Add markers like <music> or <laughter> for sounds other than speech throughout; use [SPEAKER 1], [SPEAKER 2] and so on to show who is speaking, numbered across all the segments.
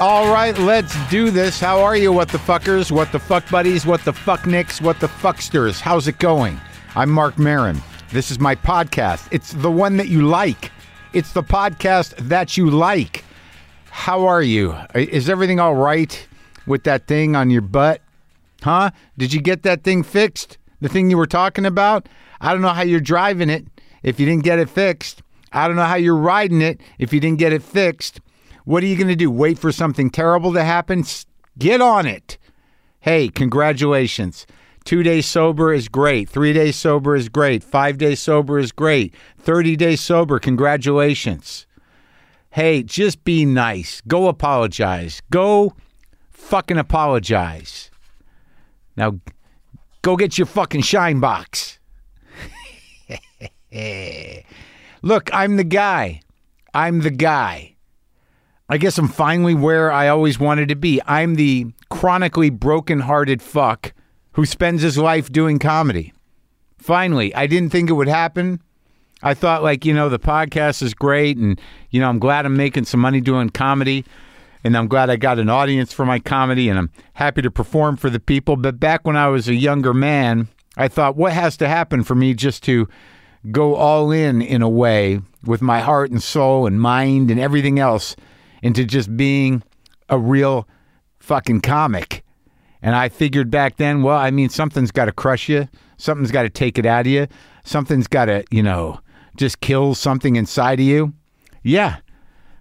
[SPEAKER 1] All right, let's do this. How are you, what the fuckers, what the fuck buddies, what the fuck nicks, what the fucksters? How's it going? I'm Mark Marin. This is my podcast. It's the one that you like. It's the podcast that you like. How are you? Is everything all right with that thing on your butt? Huh? Did you get that thing fixed? The thing you were talking about? I don't know how you're driving it if you didn't get it fixed. I don't know how you're riding it if you didn't get it fixed. What are you going to do? Wait for something terrible to happen? S- Get on it. Hey, congratulations. Two days sober is great. Three days sober is great. Five days sober is great. 30 days sober, congratulations. Hey, just be nice. Go apologize. Go fucking apologize. Now, go get your fucking shine box. Look, I'm the guy. I'm the guy. I guess I'm finally where I always wanted to be. I'm the chronically broken-hearted fuck who spends his life doing comedy. Finally, I didn't think it would happen. I thought like, you know, the podcast is great and you know, I'm glad I'm making some money doing comedy and I'm glad I got an audience for my comedy and I'm happy to perform for the people, but back when I was a younger man, I thought what has to happen for me just to go all in in a way with my heart and soul and mind and everything else into just being a real fucking comic. And I figured back then, well, I mean, something's got to crush you. Something's got to take it out of you. Something's got to, you know, just kill something inside of you. Yeah.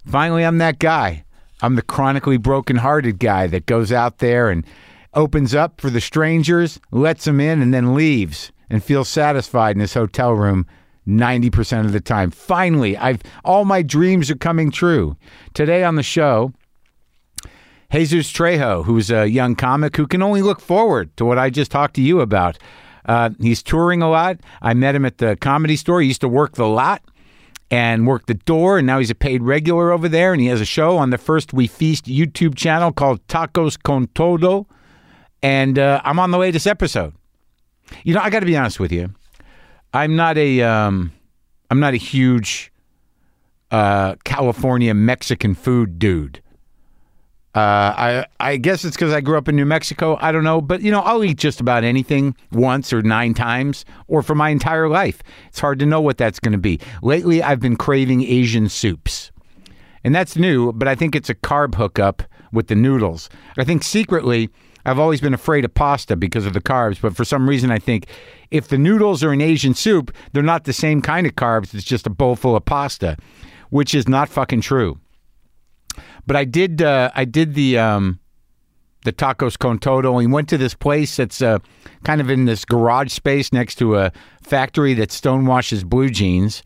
[SPEAKER 1] Finally, I'm that guy. I'm the chronically broken-hearted guy that goes out there and opens up for the strangers, lets them in, and then leaves and feels satisfied in his hotel room 90% of the time. Finally, I've all my dreams are coming true. Today on the show, Jesus Trejo, who's a young comic who can only look forward to what I just talked to you about. Uh, he's touring a lot. I met him at the comedy store. He used to work the lot and worked the door, and now he's a paid regular over there. And he has a show on the First We Feast YouTube channel called Tacos con Todo. And uh, I'm on the latest episode. You know, I got to be honest with you. I'm not a um, I'm not a huge uh, California Mexican food dude. Uh, I I guess it's because I grew up in New Mexico. I don't know, but you know, I'll eat just about anything once or nine times or for my entire life. It's hard to know what that's going to be. Lately, I've been craving Asian soups, and that's new. But I think it's a carb hookup with the noodles. I think secretly. I've always been afraid of pasta because of the carbs, but for some reason I think if the noodles are an Asian soup, they're not the same kind of carbs. It's just a bowl full of pasta, which is not fucking true. But I did uh, I did the um, the tacos con todo. We went to this place that's uh, kind of in this garage space next to a factory that stonewashes blue jeans,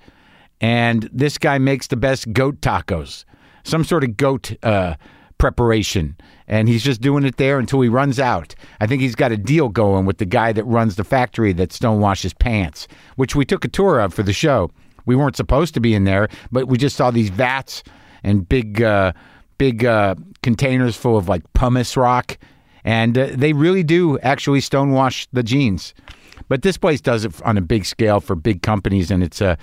[SPEAKER 1] and this guy makes the best goat tacos, some sort of goat uh, preparation, and he's just doing it there until he runs out. I think he's got a deal going with the guy that runs the factory that stonewashes pants, which we took a tour of for the show. We weren't supposed to be in there, but we just saw these vats and big uh, big uh, containers full of like pumice rock, and uh, they really do actually stonewash the jeans. But this place does it on a big scale for big companies, and it's a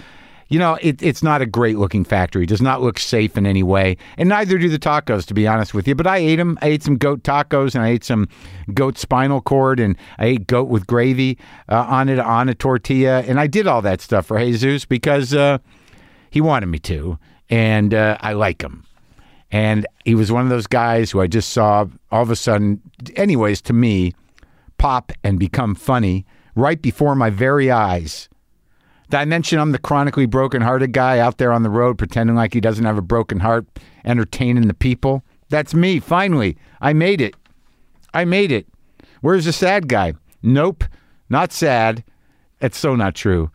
[SPEAKER 1] you know, it, it's not a great looking factory. It does not look safe in any way. And neither do the tacos, to be honest with you. But I ate them. I ate some goat tacos and I ate some goat spinal cord and I ate goat with gravy uh, on it, on a tortilla. And I did all that stuff for Jesus because uh, he wanted me to. And uh, I like him. And he was one of those guys who I just saw all of a sudden, anyways, to me, pop and become funny right before my very eyes. Did I mention I'm the chronically broken-hearted guy out there on the road pretending like he doesn't have a broken heart, entertaining the people? That's me, finally. I made it. I made it. Where's the sad guy? Nope, not sad. That's so not true.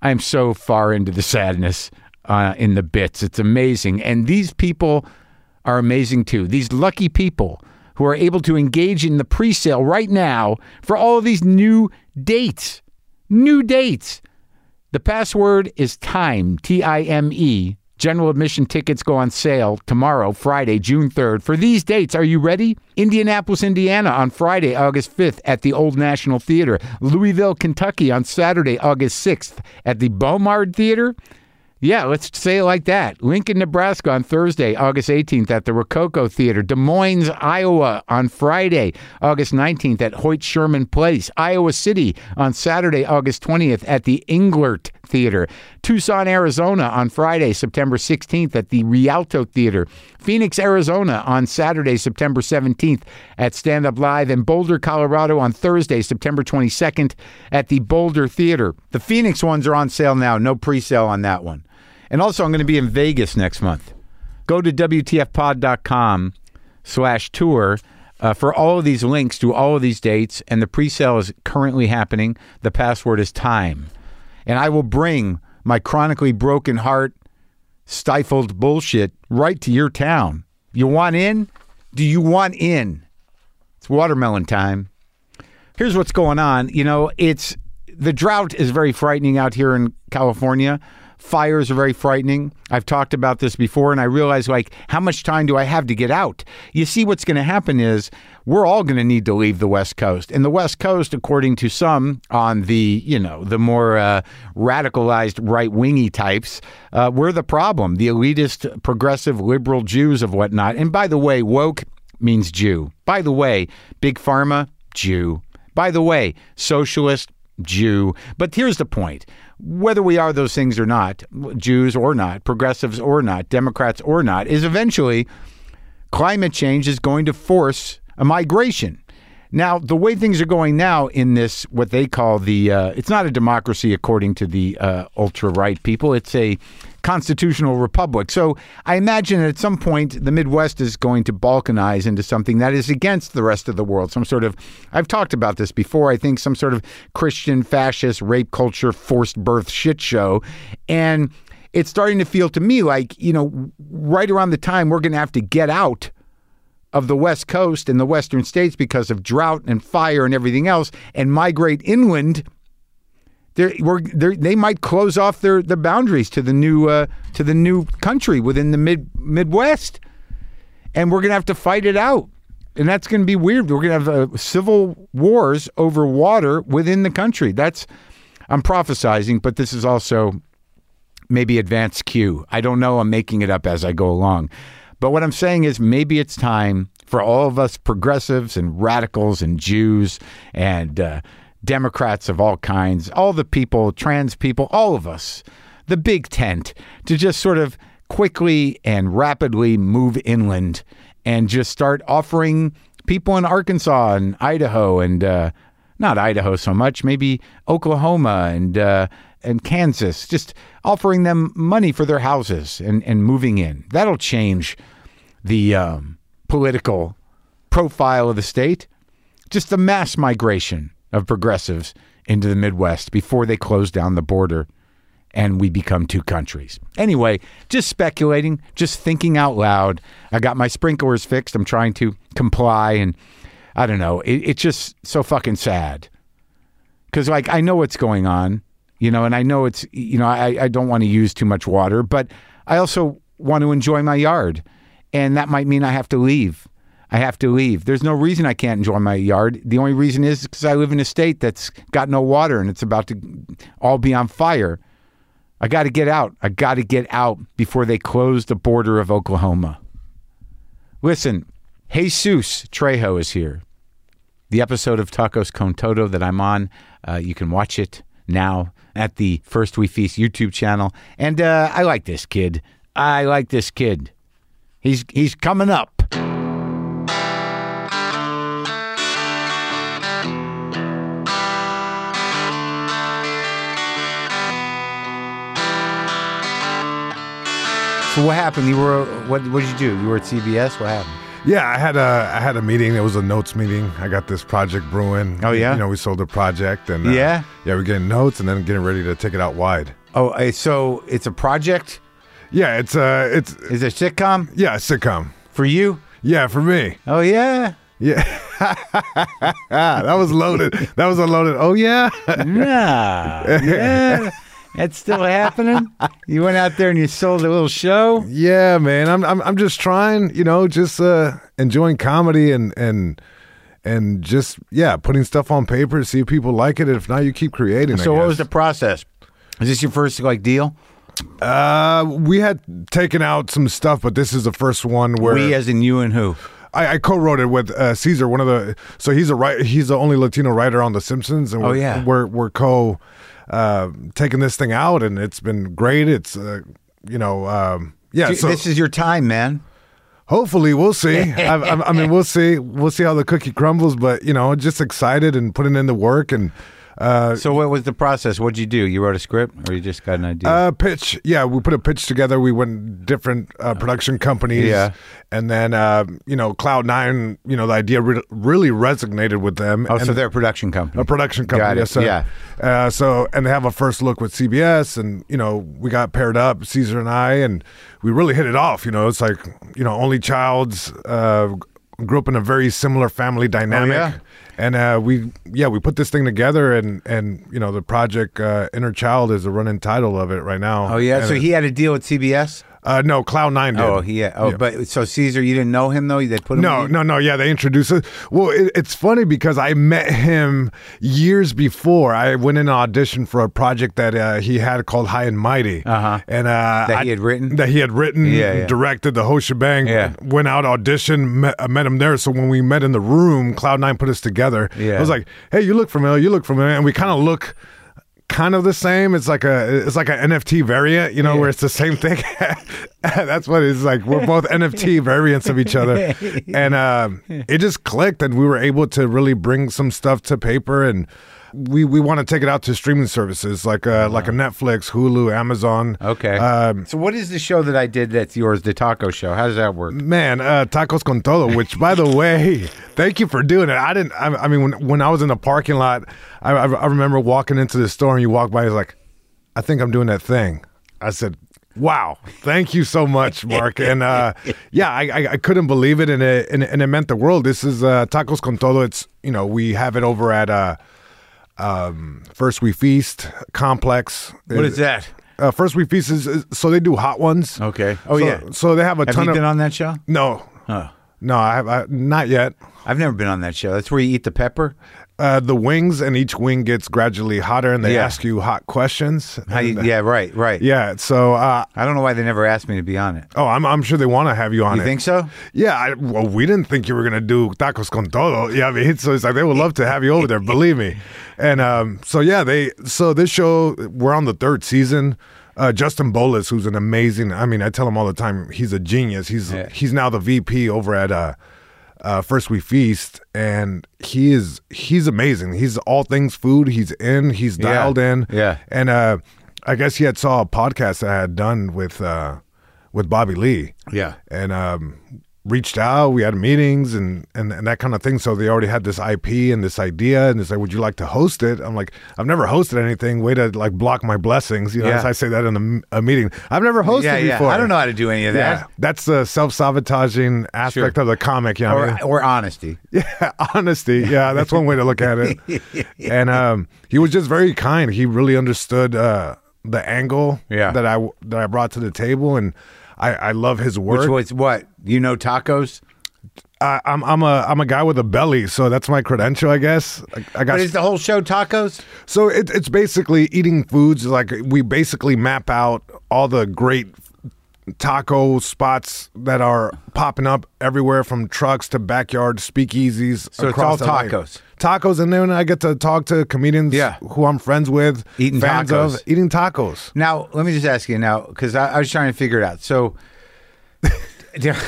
[SPEAKER 1] I am so far into the sadness uh, in the bits. It's amazing. And these people are amazing too. These lucky people who are able to engage in the pre sale right now for all of these new dates. New dates. The password is time, T I M E. General admission tickets go on sale tomorrow, Friday, June 3rd. For these dates, are you ready? Indianapolis, Indiana on Friday, August 5th at the Old National Theater. Louisville, Kentucky on Saturday, August 6th at the Bomard Theater. Yeah, let's say it like that. Lincoln, Nebraska on Thursday, August 18th at the Rococo Theater. Des Moines, Iowa on Friday, August 19th at Hoyt Sherman Place. Iowa City on Saturday, August 20th at the Englert Theater. Tucson, Arizona on Friday, September 16th at the Rialto Theater. Phoenix, Arizona on Saturday, September 17th at Stand Up Live. And Boulder, Colorado on Thursday, September 22nd at the Boulder Theater. The Phoenix ones are on sale now. No pre sale on that one. And also, I'm going to be in Vegas next month. Go to WTFpod.com slash tour uh, for all of these links to all of these dates. And the pre sale is currently happening. The password is time. And I will bring my chronically broken heart, stifled bullshit right to your town. You want in? Do you want in? It's watermelon time here's what's going on. You know, it's the drought is very frightening out here in California. Fires are very frightening. I've talked about this before, and I realize like how much time do I have to get out? You see, what's going to happen is we're all going to need to leave the West Coast, and the West Coast, according to some on the you know the more uh, radicalized right wingy types, uh, we're the problem. The elitist, progressive, liberal Jews of whatnot. And by the way, woke means Jew. By the way, big pharma Jew. By the way, socialist, Jew. But here's the point whether we are those things or not, Jews or not, progressives or not, Democrats or not, is eventually climate change is going to force a migration. Now, the way things are going now in this, what they call the, uh, it's not a democracy according to the uh, ultra right people, it's a constitutional republic. So I imagine at some point the Midwest is going to balkanize into something that is against the rest of the world. Some sort of, I've talked about this before, I think some sort of Christian fascist rape culture forced birth shit show. And it's starting to feel to me like, you know, right around the time we're going to have to get out of the West Coast and the Western states because of drought and fire and everything else and migrate inland, they're, we're, they're, they might close off their, the boundaries to the new uh, to the new country within the mid Midwest, and we're gonna have to fight it out, and that's gonna be weird. We're gonna have uh, civil wars over water within the country. That's I'm prophesizing, but this is also maybe advance Q. I don't know. I'm making it up as I go along. But what I'm saying is maybe it's time for all of us progressives and radicals and Jews and uh, Democrats of all kinds, all the people, trans people, all of us, the big tent, to just sort of quickly and rapidly move inland and just start offering people in Arkansas and Idaho and uh, not Idaho so much, maybe Oklahoma and uh, and Kansas, just offering them money for their houses and, and moving in. That'll change the um, political profile of the state. Just the mass migration of progressives into the Midwest before they close down the border and we become two countries. Anyway, just speculating, just thinking out loud. I got my sprinklers fixed. I'm trying to comply. And I don't know. It, it's just so fucking sad. Because, like, I know what's going on, you know, and I know it's, you know, I, I don't want to use too much water, but I also want to enjoy my yard. And that might mean I have to leave. I have to leave. There's no reason I can't enjoy my yard. The only reason is because I live in a state that's got no water and it's about to all be on fire. I got to get out. I got to get out before they close the border of Oklahoma. Listen, Jesus Trejo is here. The episode of Tacos Con Todo that I'm on, uh, you can watch it now at the First We Feast YouTube channel. And uh, I like this kid. I like this kid. He's he's coming up. So what happened? You were what? What did you do? You were at CBS. What happened?
[SPEAKER 2] Yeah, I had a I had a meeting. It was a notes meeting. I got this project brewing.
[SPEAKER 1] Oh, yeah?
[SPEAKER 2] you know we sold a project and uh,
[SPEAKER 1] Yeah?
[SPEAKER 2] yeah we're getting notes and then getting ready to take it out wide.
[SPEAKER 1] Oh, I- so it's a project.
[SPEAKER 2] Yeah, it's uh it's
[SPEAKER 1] Is it a sitcom
[SPEAKER 2] yeah sitcom.
[SPEAKER 1] for you?
[SPEAKER 2] Yeah, for me.
[SPEAKER 1] Oh yeah,
[SPEAKER 2] Yeah, Ah, <laughs> that was loaded. that was a loaded. Oh yeah, <laughs>
[SPEAKER 1] <laughs> yeah, yeah. That's still happening. You went out there and you sold a little show.
[SPEAKER 2] yeah, man. I'm I'm I'm just trying. You know, just uh enjoying comedy and and. And just yeah, putting stuff on paper, see if people like it. If not, you keep creating. I
[SPEAKER 1] So what
[SPEAKER 2] guess.
[SPEAKER 1] was the process? Is this your first like deal?
[SPEAKER 2] Uh, we had taken out some stuff, but this is the first one where
[SPEAKER 1] we, as in you and who?
[SPEAKER 2] I, I co-wrote it with uh, Caesar, one of the. So he's a writer. He's the only Latino writer on The Simpsons, and
[SPEAKER 1] Oh,
[SPEAKER 2] we're
[SPEAKER 1] yeah.
[SPEAKER 2] we're, we're co uh, taking this thing out, and it's been great. It's uh, you know um, yeah.
[SPEAKER 1] Dude,
[SPEAKER 2] <laughs> so
[SPEAKER 1] this is your time, man.
[SPEAKER 2] hopefully
[SPEAKER 1] <laughs>
[SPEAKER 2] we'll see. I, I, I mean we'll see we'll see how the cookie crumbles, but you know just excited and putting in the work and. Uh,
[SPEAKER 1] So what was the process? What'd you do? You wrote a script, or you just got an idea?
[SPEAKER 2] Uh, pitch. Yeah, we put a pitch together. We went different uh, production companies.
[SPEAKER 1] Yeah.
[SPEAKER 2] And then, uh, you know, Cloud Nine, you know, the idea re- really resonated with them.
[SPEAKER 1] oh,
[SPEAKER 2] and
[SPEAKER 1] so they're a production company.
[SPEAKER 2] a production company.
[SPEAKER 1] Got it,
[SPEAKER 2] yes, sir.
[SPEAKER 1] yeah.
[SPEAKER 2] Uh, so, and they have a first look with CBS, and, you know, we got paired up, Caesar and I, and we really hit it off. You know, it's like, you know, only child's. Uh, grew up in a very similar family dynamic
[SPEAKER 1] Oh, yeah?
[SPEAKER 2] and uh, we yeah we put this thing together and and you know the project uh, inner child is the running title of it right now
[SPEAKER 1] oh yeah.
[SPEAKER 2] And
[SPEAKER 1] So
[SPEAKER 2] it-
[SPEAKER 1] he had a deal with CBS.
[SPEAKER 2] uh, no, Cloud Nine did.
[SPEAKER 1] Oh yeah. Oh, but so Caesar, you didn't know him though. They put him.
[SPEAKER 2] No,
[SPEAKER 1] in?
[SPEAKER 2] no, no. Yeah, they introduced us. Well, it, it's funny because I met him years before. I went in an audition for a project that uh, he had called High and Mighty,
[SPEAKER 1] Uh-huh.
[SPEAKER 2] and uh,
[SPEAKER 1] That
[SPEAKER 2] I-
[SPEAKER 1] he had written?
[SPEAKER 2] that he had written,
[SPEAKER 1] Yeah, yeah.
[SPEAKER 2] directed the whole shebang.
[SPEAKER 1] Yeah.
[SPEAKER 2] went out audition, met, uh, met him there. So when we met in the room, Cloud Nine put us together.
[SPEAKER 1] Yeah.
[SPEAKER 2] I was like, "Hey, you look familiar. You look familiar," and we kind of look. Kind of the same. It's like a it's like an NFT variant, you know, where it's the same thing. <laughs> That's what it's like.
[SPEAKER 1] <laughs>
[SPEAKER 2] We're both NFT variants of each other, and um, it just clicked, and we were able to really bring some stuff to paper, and we we want to take it out to streaming services like uh, like a Netflix, Hulu, Amazon.
[SPEAKER 1] Uh-huh. Okay.
[SPEAKER 2] Um,
[SPEAKER 1] so what is the show that I did that's yours, the taco show? How does that work?
[SPEAKER 2] Man, uh, tacos con todo. Which, by the way, thank you for doing it. I didn't. I, I mean, when, when I was in the parking lot, I, I, I remember walking into the store and you walk by. It's like, I think I'm doing that thing. I said, Wow, thank you so much, Mark. and uh, yeah, I, I, I couldn't believe it, and it and, it- and it meant the world. This is uh, tacos con todo. It's you know we have it over at uh, um, First We Feast Complex.
[SPEAKER 1] What is that?
[SPEAKER 2] Uh, First We Feast is, is so they do hot ones.
[SPEAKER 1] Okay. Oh,
[SPEAKER 2] Uh, So-
[SPEAKER 1] yeah.
[SPEAKER 2] So they have a
[SPEAKER 1] Have
[SPEAKER 2] ton
[SPEAKER 1] you
[SPEAKER 2] of.
[SPEAKER 1] been on that show?
[SPEAKER 2] No. No, I, I not yet.
[SPEAKER 1] I've never been on that show. That's where you eat the pepper.
[SPEAKER 2] Uh, the wings and each wing gets gradually hotter, and they
[SPEAKER 1] Yeah.
[SPEAKER 2] ask you hot questions.
[SPEAKER 1] How you,
[SPEAKER 2] And,
[SPEAKER 1] yeah. Right. Right.
[SPEAKER 2] yeah. So, uh,
[SPEAKER 1] I don't know why they never asked me to be on it.
[SPEAKER 2] oh, I'm I'm sure they want to have you on
[SPEAKER 1] You
[SPEAKER 2] it.
[SPEAKER 1] think so?
[SPEAKER 2] Yeah. I, well, we didn't think you were gonna do tacos con todo. Yeah, I mean, <laughs> so it's like they would love to have you over there. Believe me. And um, so yeah, they so this show we're on the third season. Uh, Justin Bolus, who's an amazing, I mean, I tell him all the time, he's a genius. He's
[SPEAKER 1] Yeah.
[SPEAKER 2] he's now the VP over at uh, uh, First We Feast, and he is he's amazing. He's all things food. He's in. He's
[SPEAKER 1] Yeah.
[SPEAKER 2] dialed in.
[SPEAKER 1] Yeah.
[SPEAKER 2] And uh, I guess he had saw a podcast that I had done with uh, with Bobby Lee.
[SPEAKER 1] Yeah.
[SPEAKER 2] And um, reached out. We had meetings and, and and that kind of thing. So they already had this IP and this idea, and it's like, would you like to host it? I'm like, I've never hosted anything. Way to like block my blessings. You know,
[SPEAKER 1] Yeah.
[SPEAKER 2] as I say that in a, a meeting, I've never hosted
[SPEAKER 1] yeah. Yeah.
[SPEAKER 2] before.
[SPEAKER 1] I don't know how to do any of that.
[SPEAKER 2] Yeah, that's the self-sabotaging aspect
[SPEAKER 1] Sure.
[SPEAKER 2] of the comic. You know, what I mean?
[SPEAKER 1] Or, or honesty.
[SPEAKER 2] Yeah, <laughs> honesty. Yeah, that's one way to look
[SPEAKER 1] <laughs>
[SPEAKER 2] at it. And um, he was just very kind. He really understood uh, the angle
[SPEAKER 1] Yeah.
[SPEAKER 2] that I that I brought to the table, and I, I love his
[SPEAKER 1] Which
[SPEAKER 2] work.
[SPEAKER 1] was what? You know tacos?
[SPEAKER 2] I, I'm I'm a I'm a guy with a belly, so that's my credential, I guess. I, I got
[SPEAKER 1] But is the whole show tacos?
[SPEAKER 2] So it, it's basically eating foods. Like we basically map out all the great taco spots that are popping up everywhere, from trucks to backyard speakeasies.
[SPEAKER 1] So it's
[SPEAKER 2] across
[SPEAKER 1] all
[SPEAKER 2] LA.
[SPEAKER 1] tacos.
[SPEAKER 2] Tacos, and then I get to talk to comedians
[SPEAKER 1] Yeah.
[SPEAKER 2] who I'm friends with,
[SPEAKER 1] Eating
[SPEAKER 2] fans
[SPEAKER 1] tacos.
[SPEAKER 2] of, eating tacos.
[SPEAKER 1] Now, let me just ask you now, because I, I was trying to figure it out. So, <laughs>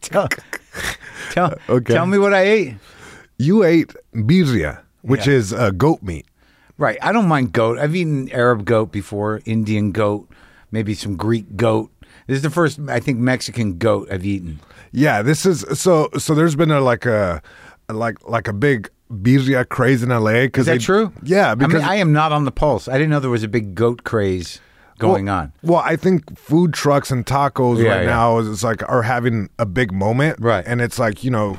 [SPEAKER 1] tell, tell,
[SPEAKER 2] Okay.
[SPEAKER 1] tell me what I ate.
[SPEAKER 2] You ate birria, which
[SPEAKER 1] Yeah.
[SPEAKER 2] is uh, goat meat.
[SPEAKER 1] Right. I don't mind goat. I've eaten Arab goat before, Indian goat, maybe some Greek goat. This is the first, I think, Mexican goat I've eaten.
[SPEAKER 2] Yeah, this is so. So there's been a like a like like a big birria craze in LA.
[SPEAKER 1] Is that true?
[SPEAKER 2] Yeah, because
[SPEAKER 1] I mean, I am not on the pulse. I didn't know there was a big goat craze going
[SPEAKER 2] well,
[SPEAKER 1] on.
[SPEAKER 2] Well, I think food trucks and tacos
[SPEAKER 1] Yeah,
[SPEAKER 2] right
[SPEAKER 1] yeah.
[SPEAKER 2] now is it's like are having a big moment,
[SPEAKER 1] Right.
[SPEAKER 2] And it's like you know,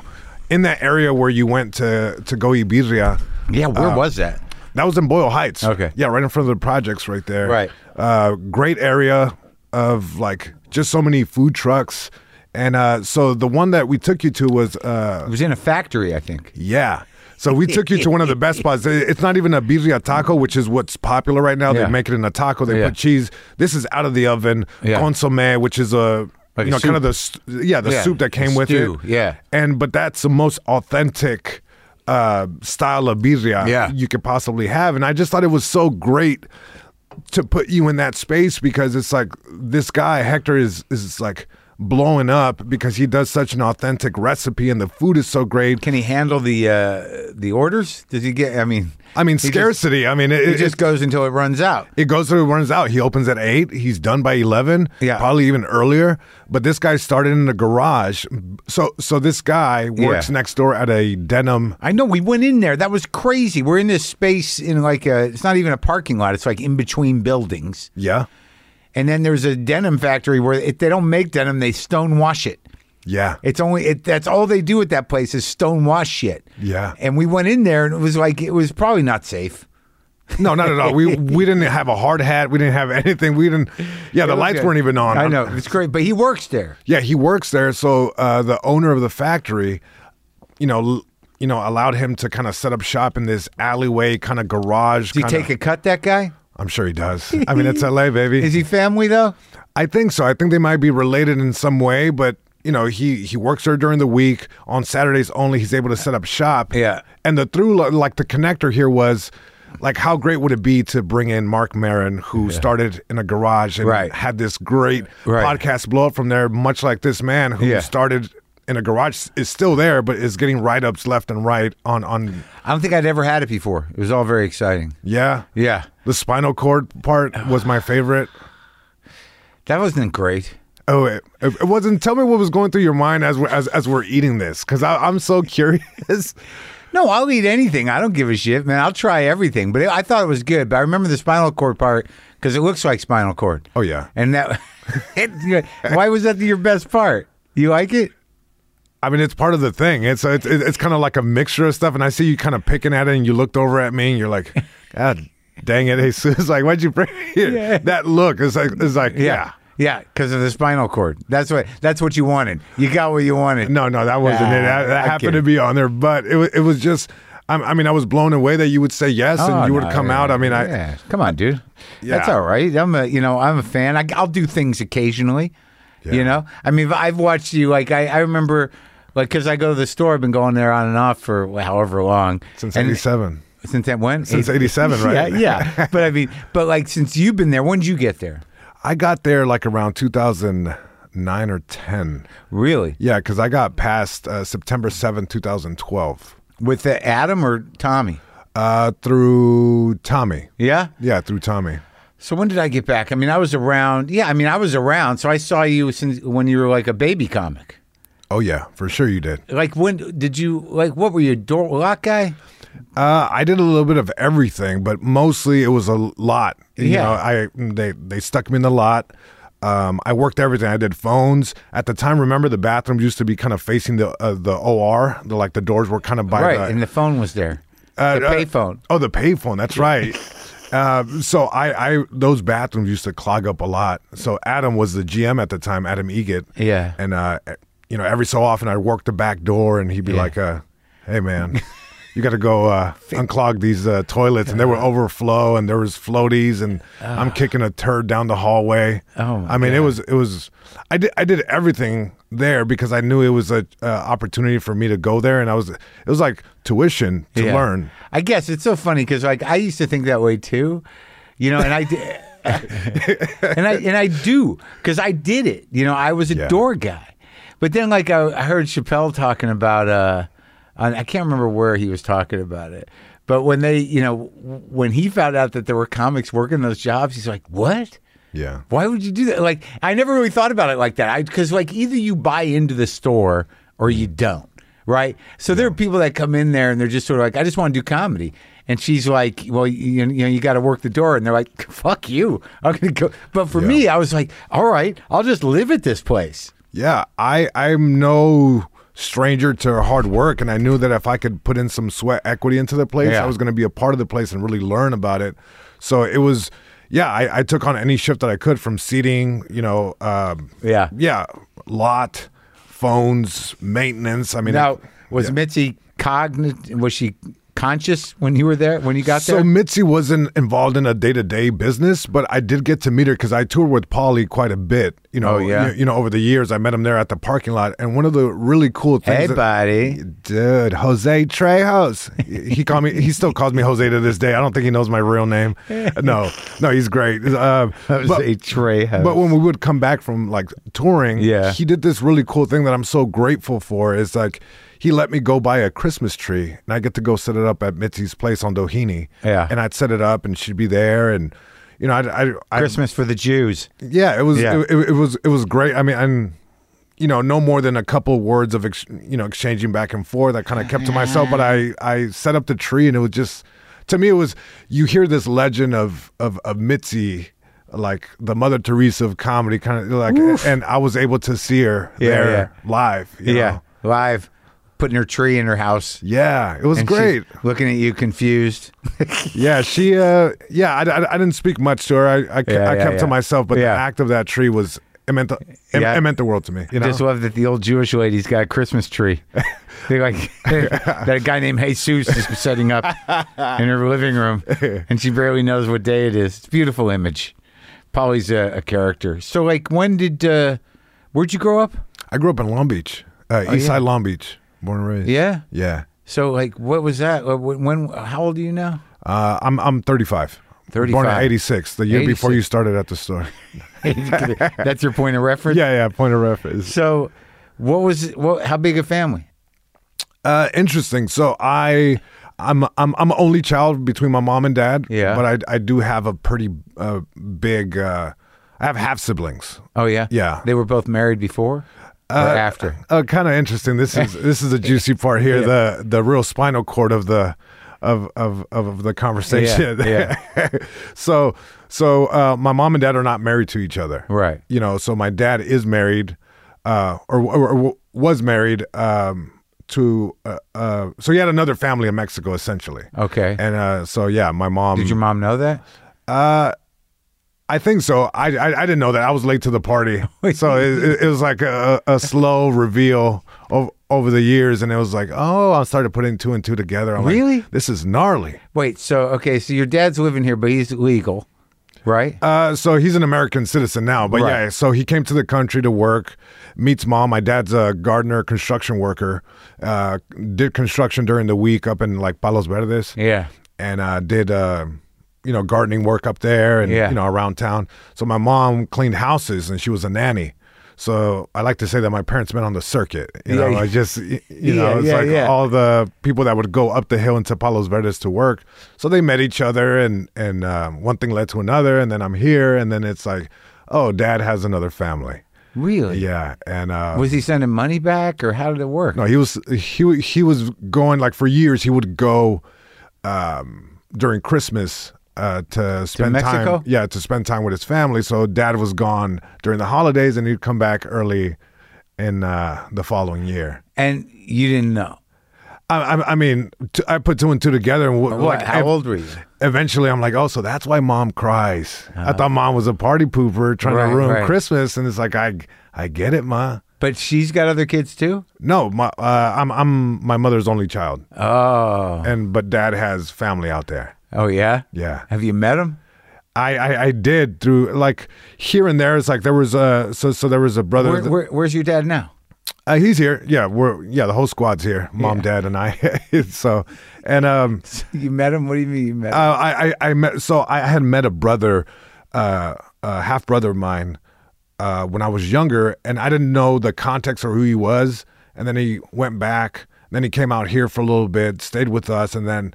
[SPEAKER 2] in that area where you went to to go Ibiza,
[SPEAKER 1] Yeah, where was that?
[SPEAKER 2] that was in Boyle Heights.
[SPEAKER 1] Okay.
[SPEAKER 2] yeah, right in front of the projects, right there.
[SPEAKER 1] Right.
[SPEAKER 2] uh, great area of like just so many food trucks, and uh, so the one that we took you to was uh,
[SPEAKER 1] It was in a factory, I think.
[SPEAKER 2] yeah. So we took you to one of the best spots. It- It's not even a birria taco, which is what's popular right now.
[SPEAKER 1] Yeah.
[SPEAKER 2] They make it in a taco. They
[SPEAKER 1] Yeah.
[SPEAKER 2] put cheese. This is out of the oven.
[SPEAKER 1] Yeah.
[SPEAKER 2] Consomme, which is a
[SPEAKER 1] Like a
[SPEAKER 2] you know
[SPEAKER 1] soup.
[SPEAKER 2] kind of the s- yeah the
[SPEAKER 1] Yeah,
[SPEAKER 2] soup that came with
[SPEAKER 1] stew,
[SPEAKER 2] it.
[SPEAKER 1] yeah.
[SPEAKER 2] And but that's the most authentic uh, style of birria
[SPEAKER 1] Yeah.
[SPEAKER 2] you could possibly have. And I just thought it was so great to put you in that space because it's like this guy Hector is is like blowing up because he does such an authentic recipe and the food is so great.
[SPEAKER 1] Can he handle the uh, the orders? Does he get? I mean,
[SPEAKER 2] I mean
[SPEAKER 1] he
[SPEAKER 2] scarcity. I mean it,
[SPEAKER 1] Just,
[SPEAKER 2] it
[SPEAKER 1] he just goes until it runs out.
[SPEAKER 2] it goes through, it runs out. He opens at eight. He's done by eleven.
[SPEAKER 1] Yeah.
[SPEAKER 2] probably even earlier. But this guy started in the garage. So so this guy works
[SPEAKER 1] Yeah.
[SPEAKER 2] next door at a denim.
[SPEAKER 1] I know we went in there. That was crazy. We're in this space in like a. It's not even a parking lot. It's like in between buildings.
[SPEAKER 2] Yeah,
[SPEAKER 1] And then there's a denim factory where if they don't make denim, they stonewash it.
[SPEAKER 2] yeah.
[SPEAKER 1] It's only it, that's all they do at that place is stonewash shit.
[SPEAKER 2] Yeah.
[SPEAKER 1] And we went in there and it was like it was probably not safe.
[SPEAKER 2] No, not at all. We we didn't have a hard hat. We didn't have <laughs> anything. We didn't. Yeah, the
[SPEAKER 1] It was
[SPEAKER 2] lights
[SPEAKER 1] good.
[SPEAKER 2] weren't even on.
[SPEAKER 1] I know it's great, but he works there.
[SPEAKER 2] Yeah, he works there. So uh, the owner of the factory, you know, l- you know, allowed him to kind of set up shop in this alleyway kind of garage.
[SPEAKER 1] Does he
[SPEAKER 2] kinda-
[SPEAKER 1] take a cut? That guy
[SPEAKER 2] I'm sure he does. I mean, it's L.A., baby.
[SPEAKER 1] <laughs> is he family though?
[SPEAKER 2] I think so. I think they might be related in some way, but you know, he he works there during the week. On Saturdays only, he's able to set up shop.
[SPEAKER 1] Yeah.
[SPEAKER 2] And the through li- like the connector here was like how great would it be to bring in Mark Marin, who started in a garage and
[SPEAKER 1] Right.
[SPEAKER 2] had this great
[SPEAKER 1] Right.
[SPEAKER 2] podcast blow up from there, much like this man who
[SPEAKER 1] Yeah.
[SPEAKER 2] started in a garage is still there, but is getting write ups left and right on on
[SPEAKER 1] I don't think I'd ever had it before. It was all very exciting.
[SPEAKER 2] yeah.
[SPEAKER 1] Yeah,
[SPEAKER 2] The spinal cord part was my favorite.
[SPEAKER 1] that wasn't great.
[SPEAKER 2] Oh, it, it wasn't. Tell me what was going through your mind as we're as, as we're eating this, because I'm so <laughs> curious.
[SPEAKER 1] No, I'll eat anything. I don't give a shit, man. I'll try everything. But it, I thought it was good. But I remember the spinal cord part because it looks like spinal cord.
[SPEAKER 2] Oh, yeah.
[SPEAKER 1] And that. <laughs> it- why was that your best part? You like it?
[SPEAKER 2] I mean, it's part of the thing. It's it's it's kind of like a mixture of stuff. And I see you kind of picking at it, and you looked over at me, and you're like, <laughs> God, dang it, <laughs> Jesus! Like, why'd you bring it here?
[SPEAKER 1] Yeah.
[SPEAKER 2] That look is like is like yeah.
[SPEAKER 1] Yeah, because of the spinal cord. That's what that's what you wanted. You got what you wanted.
[SPEAKER 2] No, no, that wasn't it. That, that
[SPEAKER 1] Ah,
[SPEAKER 2] happened to
[SPEAKER 1] okay.
[SPEAKER 2] be on there, but it was it was just. I'm, I mean, I was blown away that you would say yes
[SPEAKER 1] Oh,
[SPEAKER 2] and you would
[SPEAKER 1] no,
[SPEAKER 2] come
[SPEAKER 1] yeah,
[SPEAKER 2] out. I mean, I
[SPEAKER 1] yeah. come on, dude.
[SPEAKER 2] Yeah.
[SPEAKER 1] That's all right. I'm a you know I'm a fan. I, I'll do things occasionally. You
[SPEAKER 2] Yeah.
[SPEAKER 1] know, I mean, I've watched you. Like I, I remember, like because I go to the store. I've been going there on and off for however long
[SPEAKER 2] since
[SPEAKER 1] And-
[SPEAKER 2] '87.
[SPEAKER 1] Since that when?
[SPEAKER 2] Since
[SPEAKER 1] Eight-
[SPEAKER 2] 87, right?
[SPEAKER 1] <laughs> Yeah, yeah. But I mean, but like since you've been there, when did you get there?
[SPEAKER 2] I got there like around 2009 or 10.
[SPEAKER 1] Really?
[SPEAKER 2] Yeah, because I got past uh, September seventh, two 2012
[SPEAKER 1] With uh, Adam or Tommy?
[SPEAKER 2] uh, through Tommy.
[SPEAKER 1] Yeah.
[SPEAKER 2] Yeah, through Tommy.
[SPEAKER 1] So when did I get back? I mean, I was around. Yeah, I mean, I was around. So I saw you since when you were like a baby comic.
[SPEAKER 2] Oh, yeah, for sure you did.
[SPEAKER 1] Like when did you like what were you a door lock guy?
[SPEAKER 2] Uh, I did a little bit of everything, but mostly it was a lot. You
[SPEAKER 1] Yeah.
[SPEAKER 2] know, I they they stuck me in the lot. Um, I worked everything. I did phones at the time. Remember, the bathrooms used to be kind of facing the uh, the OR. The like the doors were kind of by
[SPEAKER 1] right,
[SPEAKER 2] the,
[SPEAKER 1] and the phone was there.
[SPEAKER 2] Uh,
[SPEAKER 1] the
[SPEAKER 2] uh,
[SPEAKER 1] payphone.
[SPEAKER 2] Oh, the payphone. That's right. uh, so I, I, those bathrooms used to clog up a lot. So Adam was the GM at the time, Adam Egit.
[SPEAKER 1] Yeah.
[SPEAKER 2] And uh, you know, every so often I'd work the back door, and he'd be
[SPEAKER 1] Yeah.
[SPEAKER 2] like, uh, "Hey, man." You got to go
[SPEAKER 1] <laughs>
[SPEAKER 2] uh, unclog these uh, toilets, and they were overflow, and there was floaties, and I'm kicking a turd down the hallway.
[SPEAKER 1] Uh. Oh, my
[SPEAKER 2] I mean, it was it was. I did I did everything there because I knew it was a uh, opportunity for me to go there, and I was it was like tuition to
[SPEAKER 1] Yeah.
[SPEAKER 2] learn.
[SPEAKER 1] I guess it's so funny because like I used to think that way too, you know, and I did, <laughs> and I and I do because I did it. You know, I was a
[SPEAKER 2] Yeah.
[SPEAKER 1] door guy, but then like I, I heard Chappelle talking about uh, on, I can't remember where he was talking about it, but when they, you know, when he found out that there were comics working those jobs, he's like, what?
[SPEAKER 2] Yeah.
[SPEAKER 1] Why would you do that? Like, I never really thought about it like that. I Because, like, either you buy into the store or you don't, right? So there are people that come in there and they're just sort of like, I just want to do comedy. And she's like, Well, you, you know, you got to work the door. And they're like, <laughs> Fuck you. I'm going to go. But for me, I was like, All right, I'll just live at this place.
[SPEAKER 2] Yeah, I I'm no stranger to hard work and I knew that if I could put in some sweat equity into the place,
[SPEAKER 1] Yeah.
[SPEAKER 2] I was going to be a part of the place and really learn about it. So it was yeah, I, I took on any shift that I could from seating, you know, um,
[SPEAKER 1] Yeah.
[SPEAKER 2] yeah, lot, phones, maintenance. I mean,
[SPEAKER 1] Now,
[SPEAKER 2] it-
[SPEAKER 1] was
[SPEAKER 2] yeah.
[SPEAKER 1] Mitzi cognitive? Was she conscious when you were there? When you got
[SPEAKER 2] so
[SPEAKER 1] there?
[SPEAKER 2] Mitzi wasn't involved in a day to day business, but I did get to meet her because I toured with Polly quite a bit. You know,
[SPEAKER 1] Oh, yeah.
[SPEAKER 2] you, you know, over the years I met him there at the parking lot, and one of the really cool things.
[SPEAKER 1] Hey,
[SPEAKER 2] that-
[SPEAKER 1] buddy.
[SPEAKER 2] dude, Jose Trejos. He called me. He still calls me Jose to this day. I don't think he knows my real name. No, no, he's great. Uh,
[SPEAKER 1] <laughs>
[SPEAKER 2] but-
[SPEAKER 1] Jose Trejo.
[SPEAKER 2] but when we would come back from like touring,
[SPEAKER 1] Yeah.
[SPEAKER 2] he did this really cool thing that I'm so grateful for. Is like he let me go buy a Christmas tree, and I get to go set it up at Mitzi's place on Doheny.
[SPEAKER 1] Yeah.
[SPEAKER 2] and I'd set it up, and she'd be there, and you know, I, I, I
[SPEAKER 1] Christmas for the Jews.
[SPEAKER 2] yeah, it was
[SPEAKER 1] Yeah.
[SPEAKER 2] It, it, it was it was great. I mean, and you know, no more than a couple words of ex- you know exchanging back and forth. I kind of kept to myself, but I I set up the tree, and it was just to me it was you hear this legend of of, of Mitzi. Like the Mother Teresa of comedy, kind of like, and I was able to see her
[SPEAKER 1] Yeah,
[SPEAKER 2] there live. you
[SPEAKER 1] Yeah,
[SPEAKER 2] know?
[SPEAKER 1] live, putting her tree in her house.
[SPEAKER 2] yeah, it was
[SPEAKER 1] And she's
[SPEAKER 2] great.
[SPEAKER 1] Looking at you
[SPEAKER 2] <laughs>
[SPEAKER 1] confused.
[SPEAKER 2] Yeah, she. Uh, yeah, I, I, I didn't speak much to her. I I, ke-
[SPEAKER 1] Yeah,
[SPEAKER 2] I
[SPEAKER 1] yeah,
[SPEAKER 2] kept to
[SPEAKER 1] yeah.
[SPEAKER 2] myself, but
[SPEAKER 1] Yeah.
[SPEAKER 2] the act of that tree was it meant the, it,
[SPEAKER 1] Yeah.
[SPEAKER 2] it meant the world to me. You know,
[SPEAKER 1] Just love that the old Jewish lady's got a Christmas
[SPEAKER 2] <laughs>
[SPEAKER 1] tree. They like <laughs> that guy named Jesus is setting up in her living room, and she barely knows what day it is. It's a beautiful image. Polly's a, a character. So, like, when did uh, where'd you grow up?
[SPEAKER 2] I grew up in Long Beach, uh, East
[SPEAKER 1] Oh, yeah.
[SPEAKER 2] Side Long Beach, born and raised.
[SPEAKER 1] Yeah.
[SPEAKER 2] yeah.
[SPEAKER 1] So, like, what was that? Uh, wh- When? How old are you now? <laughs>
[SPEAKER 2] Uh, I'm I'm 35.
[SPEAKER 1] 35.
[SPEAKER 2] Born in '86, the year before
[SPEAKER 1] 86.
[SPEAKER 2] you started at
[SPEAKER 1] <laughs>
[SPEAKER 2] the store. <laughs>
[SPEAKER 1] That's your point of reference.
[SPEAKER 2] yeah, yeah. Point of reference.
[SPEAKER 1] So, what was? What, how big a family?
[SPEAKER 2] Uh, interesting. So I. I'm I'm I'm an only child between my mom and dad.
[SPEAKER 1] Yeah.
[SPEAKER 2] but I I do have a pretty uh, big. Uh, I have half siblings.
[SPEAKER 1] Oh yeah.
[SPEAKER 2] Yeah.
[SPEAKER 1] They were both married before or after.
[SPEAKER 2] Uh, kind of interesting. This is
[SPEAKER 1] <laughs>
[SPEAKER 2] this is a juicy part here. The the real spinal cord of the of of of the conversation.
[SPEAKER 1] Yeah,
[SPEAKER 2] <laughs> so so uh, my mom and dad are not married to each other.
[SPEAKER 1] Right.
[SPEAKER 2] You know. So my dad is married, uh, or, or, or was married um, to. Uh, uh, so he had another family in Mexico, essentially.
[SPEAKER 1] Okay.
[SPEAKER 2] And uh, so yeah, my mom.
[SPEAKER 1] Did your mom know that?
[SPEAKER 2] I think so. I, I I didn't know that. I was late to the party, <laughs> so it, it, it was like a, a slow reveal of, over the years, and it was like, oh, I started putting two and two together. I'm like,
[SPEAKER 1] Really?
[SPEAKER 2] this is gnarly.
[SPEAKER 1] Wait, so okay, so your dad's living here, but he's legal, right?
[SPEAKER 2] Uh, so he's an American citizen now, but
[SPEAKER 1] Right.
[SPEAKER 2] yeah. So he came to the country to work, meets mom. My dad's a gardener, construction worker, uh, did construction during the week up in like Palos Verdes.
[SPEAKER 1] yeah.
[SPEAKER 2] and uh, did uh, you know gardening work up there and
[SPEAKER 1] Yeah.
[SPEAKER 2] you know around town. So my mom cleaned houses and she was a nanny. So I like to say that my parents been on the circuit. You know,
[SPEAKER 1] Yeah.
[SPEAKER 2] I just y- you
[SPEAKER 1] Yeah,
[SPEAKER 2] know it's
[SPEAKER 1] yeah,
[SPEAKER 2] like
[SPEAKER 1] yeah.
[SPEAKER 2] all the people that would go up the hill into Palos Verdes to work. So they met each other and and um, one thing led to another. And then I'm here and then it's like, oh, dad has another family.
[SPEAKER 1] Really?
[SPEAKER 2] Yeah, and uh,
[SPEAKER 1] Was he sending money back or how did it work?
[SPEAKER 2] no, he was he wa- he was going like for years. He would go um, during Christmas uh, to spend
[SPEAKER 1] Mexico?
[SPEAKER 2] time. Yeah, to spend time with his family. So dad was gone during the holidays, and he'd come back early in uh, the following year.
[SPEAKER 1] And you didn't know.
[SPEAKER 2] I, I, I mean, t- I put two and two together, and w-
[SPEAKER 1] What?
[SPEAKER 2] like,
[SPEAKER 1] how
[SPEAKER 2] ev-
[SPEAKER 1] old were you?
[SPEAKER 2] Eventually, I'm like, oh, so that's why mom cries. I thought mom was a party pooper trying
[SPEAKER 1] Oh. Right,
[SPEAKER 2] to ruin
[SPEAKER 1] right.
[SPEAKER 2] Christmas, and it's like, I I get it, ma.
[SPEAKER 1] But she's got other kids too?
[SPEAKER 2] No, my uh, I'm I'm my mother's only child.
[SPEAKER 1] Oh.
[SPEAKER 2] and but dad has family out there
[SPEAKER 1] Oh yeah?
[SPEAKER 2] yeah
[SPEAKER 1] Have you met him?
[SPEAKER 2] I, I i did through like here and there it's like there was a so so there was a brother
[SPEAKER 1] Where, where, where's your dad now?
[SPEAKER 2] uh, he's here yeah we're yeah the whole squad's here mom dad and i <laughs> so and um
[SPEAKER 1] You met him? What do you mean you met him?
[SPEAKER 2] uh, I, I i met so i had met a brother uh a half brother of mine uh when i was younger and i didn't know the context or who he was and then he went back then he came out here for a little bit stayed with us and then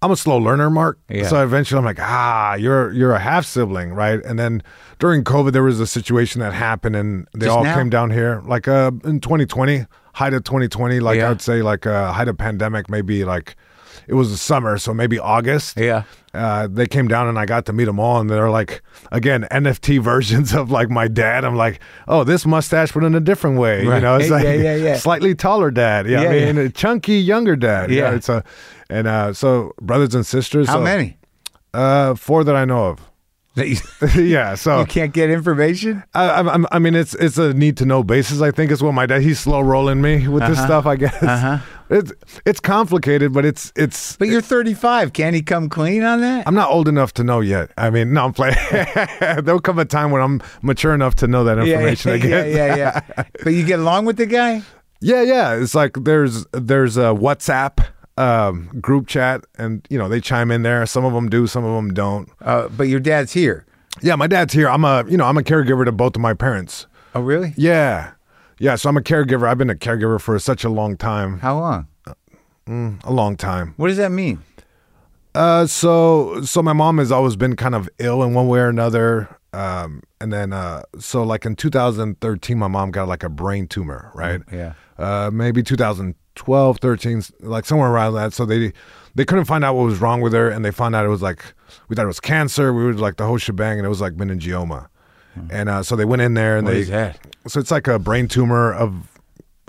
[SPEAKER 2] I'm a slow learner, Mark.
[SPEAKER 1] Yeah.
[SPEAKER 2] So eventually, I'm like, ah, you're you're a half sibling, right? And then during COVID, there was a situation that happened, and they
[SPEAKER 1] Just
[SPEAKER 2] all
[SPEAKER 1] now?
[SPEAKER 2] came down here, like uh, in 2020, height of 2020. Like
[SPEAKER 1] Yeah.
[SPEAKER 2] I'd say, like uh, height of pandemic, maybe like it was the summer, so maybe August.
[SPEAKER 1] Yeah.
[SPEAKER 2] Uh, they came down and I got to meet them all, and they're like, again, NFT <laughs> versions of like my dad. I'm like, oh, this mustache, but in a different way.
[SPEAKER 1] Right.
[SPEAKER 2] You know, it's
[SPEAKER 1] Yeah,
[SPEAKER 2] like
[SPEAKER 1] yeah, yeah.
[SPEAKER 2] slightly taller dad. Yeah,
[SPEAKER 1] Yeah,
[SPEAKER 2] I mean,
[SPEAKER 1] yeah.
[SPEAKER 2] a chunky younger dad.
[SPEAKER 1] Yeah.
[SPEAKER 2] Yeah, it's a, and uh, so brothers and sisters. <laughs>
[SPEAKER 1] How
[SPEAKER 2] so-
[SPEAKER 1] many?
[SPEAKER 2] Uh, four that I know of. <laughs>
[SPEAKER 1] that you,
[SPEAKER 2] yeah. So
[SPEAKER 1] you can't get information.
[SPEAKER 2] I, I'm- I'm, I mean, it's it's a need to know basis. I think is what my dad. He's slow rolling me with
[SPEAKER 1] Uh-huh.
[SPEAKER 2] this stuff. I guess <laughs> it's it's complicated, but it's it's.
[SPEAKER 1] But you're 35. Can he come clean on that?
[SPEAKER 2] I'm not old enough to know yet. I mean, no, I'm playing. <laughs> There'll come a time when I'm mature enough to know that
[SPEAKER 1] yeah,
[SPEAKER 2] information.
[SPEAKER 1] yeah,
[SPEAKER 2] I guess.
[SPEAKER 1] yeah, yeah, yeah. But you get along with the guy?
[SPEAKER 2] Yeah, yeah. It's like there's there's a WhatsApp um, group chat, and you know they chime in there. Some of them do, some of them don't.
[SPEAKER 1] Uh, but your dad's here.
[SPEAKER 2] Yeah, my dad's here. I'm a you know I'm a caregiver to both of my parents.
[SPEAKER 1] Oh, really?
[SPEAKER 2] Yeah, yeah. So I'm a caregiver. I've been a caregiver for such a long time,
[SPEAKER 1] How long?
[SPEAKER 2] a long time.
[SPEAKER 1] What does that mean?
[SPEAKER 2] Uh, so so my mom has always been kind of ill in one way or another. Um, and then uh, so like in 2013, my mom got like a brain tumor, right?
[SPEAKER 1] Mm, Yeah.
[SPEAKER 2] Uh, maybe 2012, 13, like somewhere around that. So they they couldn't find out what was wrong with her, and they found out it was like we thought it was cancer. We were like the whole shebang, and it was like meningioma. And uh, so they went in there, and
[SPEAKER 1] Hmm. What
[SPEAKER 2] they
[SPEAKER 1] is that?
[SPEAKER 2] so it's like a brain tumor of.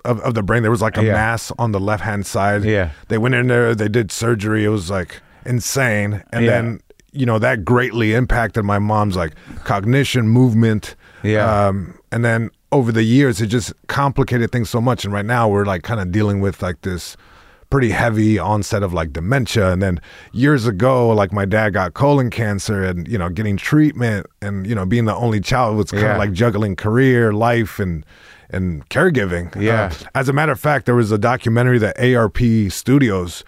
[SPEAKER 2] Of, of the brain, there was like a
[SPEAKER 1] Yeah.
[SPEAKER 2] mass on the left hand side.
[SPEAKER 1] Yeah.
[SPEAKER 2] They went in there, they did surgery. It was like insane. And
[SPEAKER 1] Yeah.
[SPEAKER 2] then, you know, that greatly impacted my mom's like cognition, movement.
[SPEAKER 1] Yeah.
[SPEAKER 2] Um, and then over the years, it just complicated things so much. And right now, we're like kind of dealing with like this pretty heavy onset of like dementia. And then years ago, like my dad got colon cancer and, you know, getting treatment and, you know, being the only child was kind
[SPEAKER 1] Yeah.
[SPEAKER 2] of like juggling career, life, and, and caregiving.
[SPEAKER 1] Yeah.
[SPEAKER 2] Uh, as a matter of fact, there was a documentary that ARP Studios.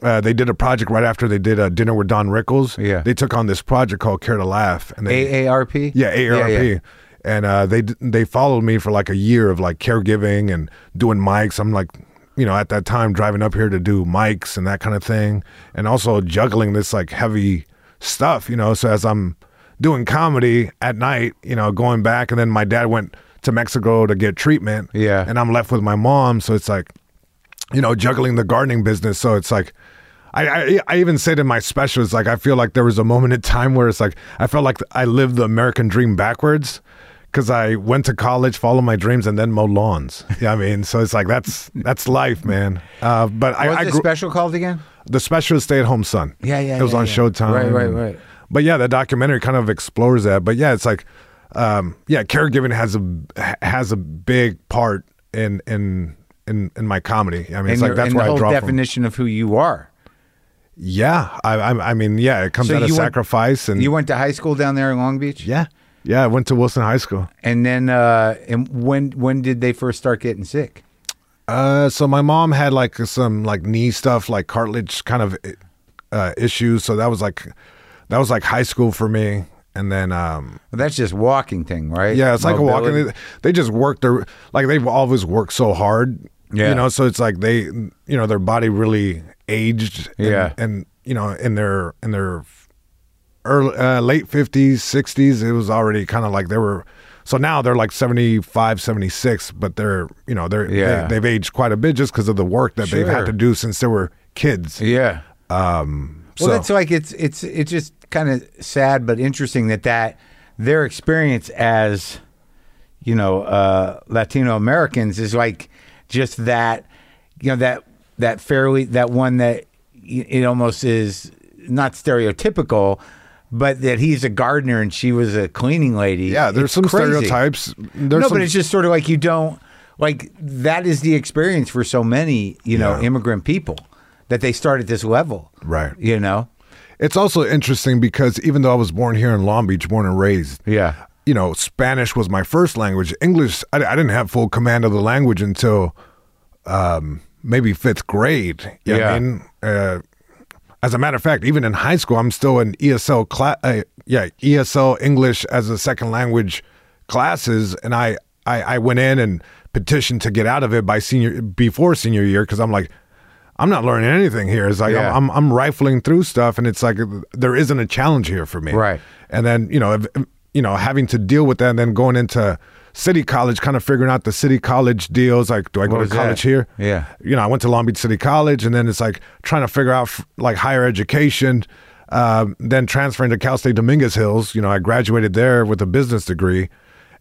[SPEAKER 2] Uh, they did a project right after they did a dinner with Don Rickles.
[SPEAKER 1] Yeah.
[SPEAKER 2] they took on this project called Care to Laugh, and they
[SPEAKER 1] AARP?
[SPEAKER 2] yeah ARP,
[SPEAKER 1] yeah.
[SPEAKER 2] and uh, they d- they followed me for like a year of like caregiving and doing mics. I'm like, you know, at that time driving up here to do mics and that kind of thing, and also juggling this like heavy stuff, you know. So as I'm doing comedy at night, you know, going back, and then my dad went to Mexico to get treatment,
[SPEAKER 1] Yeah.
[SPEAKER 2] and I'm left with my mom, so it's like you know, juggling the gardening business. So it's like, I, I, I even said in my special, it's like, I feel like there was a moment in time where it's like, I felt like I lived the American dream backwards because I went to college, followed my dreams, and then mowed lawns. Yeah, I mean, so it's like, that's, that's life, man. Uh, but I,
[SPEAKER 1] What's
[SPEAKER 2] I
[SPEAKER 1] the
[SPEAKER 2] grew,
[SPEAKER 1] special called again?
[SPEAKER 2] the special is Stay at Home Son.
[SPEAKER 1] Yeah, yeah,
[SPEAKER 2] It was
[SPEAKER 1] yeah,
[SPEAKER 2] on
[SPEAKER 1] yeah.
[SPEAKER 2] Showtime.
[SPEAKER 1] Right, right, right.
[SPEAKER 2] But yeah, the documentary kind of explores that. But yeah, it's like, um, yeah, caregiving has a has a big part in in in in my comedy. I mean,
[SPEAKER 1] And
[SPEAKER 2] it's like
[SPEAKER 1] your-
[SPEAKER 2] that's
[SPEAKER 1] and
[SPEAKER 2] where
[SPEAKER 1] the
[SPEAKER 2] I
[SPEAKER 1] whole
[SPEAKER 2] draw from.
[SPEAKER 1] definition of who you are.
[SPEAKER 2] Yeah, I, I, I mean, yeah, it comes
[SPEAKER 1] So
[SPEAKER 2] out of
[SPEAKER 1] you went-
[SPEAKER 2] sacrifice and
[SPEAKER 1] You went to high school down there in Long Beach?
[SPEAKER 2] yeah, yeah. I went to Wilson High School.
[SPEAKER 1] And then uh, and when when did they first start getting sick?
[SPEAKER 2] Uh, so my mom had like some like knee stuff, like cartilage kind of uh, issues. So that was like that was like high school for me. And then um,
[SPEAKER 1] Well, that's just walking thing, right?
[SPEAKER 2] yeah, it's like a
[SPEAKER 1] Mobility.
[SPEAKER 2] walking. They just work their like they've always worked so hard.
[SPEAKER 1] Yeah.
[SPEAKER 2] you know, so it's like they you know their body really aged. and-
[SPEAKER 1] Yeah.
[SPEAKER 2] and you know in their in their early uh, late 50s 60s it was already kind of like they were so now they're like 75 76 but they're you know they're
[SPEAKER 1] Yeah.
[SPEAKER 2] they, they've aged quite a bit just because of the work that they've
[SPEAKER 1] Sure.
[SPEAKER 2] had to do since they were kids
[SPEAKER 1] Yeah. Well,
[SPEAKER 2] so
[SPEAKER 1] that's like it's it's it's just kind of sad but interesting that that their experience as you know uh, Latino Americans is like just that you know that that fairly that one that y- it almost is not stereotypical, but that he's a gardener and she was a cleaning lady.
[SPEAKER 2] yeah there's
[SPEAKER 1] It's
[SPEAKER 2] some
[SPEAKER 1] crazy.
[SPEAKER 2] stereotypes there's
[SPEAKER 1] no,
[SPEAKER 2] some,
[SPEAKER 1] but it's just sort of like you don't like that is the experience for so many you know
[SPEAKER 2] Yeah.
[SPEAKER 1] immigrant people that they start at this level,
[SPEAKER 2] Right.
[SPEAKER 1] You know.
[SPEAKER 2] it's also interesting because even though i was born here in long beach born and raised
[SPEAKER 1] Yeah.
[SPEAKER 2] you know, Spanish was my first language. English, I, I didn't have full command of the language until um, maybe fifth grade. You know what
[SPEAKER 1] Yeah.
[SPEAKER 2] I mean, uh, as a matter of fact, even in high school, I'm still in ESL class. Uh, yeah, ESL English as a second language classes, and I, I I went in and petitioned to get out of it by senior before senior year because I'm like. I'm not learning anything here. It's like
[SPEAKER 1] Yeah.
[SPEAKER 2] I'm, I'm I'm rifling through stuff, and it's like there isn't a challenge here for me
[SPEAKER 1] Right.
[SPEAKER 2] and then you know if, you know having to deal with that and then going into city college kind of figuring out the city college deals like do i go
[SPEAKER 1] What
[SPEAKER 2] to
[SPEAKER 1] was
[SPEAKER 2] college
[SPEAKER 1] that?
[SPEAKER 2] here
[SPEAKER 1] Yeah.
[SPEAKER 2] you know i went to long beach city college and then it's like trying to figure out like higher education um, then transferring to cal state dominguez hills you know i graduated there with a business degree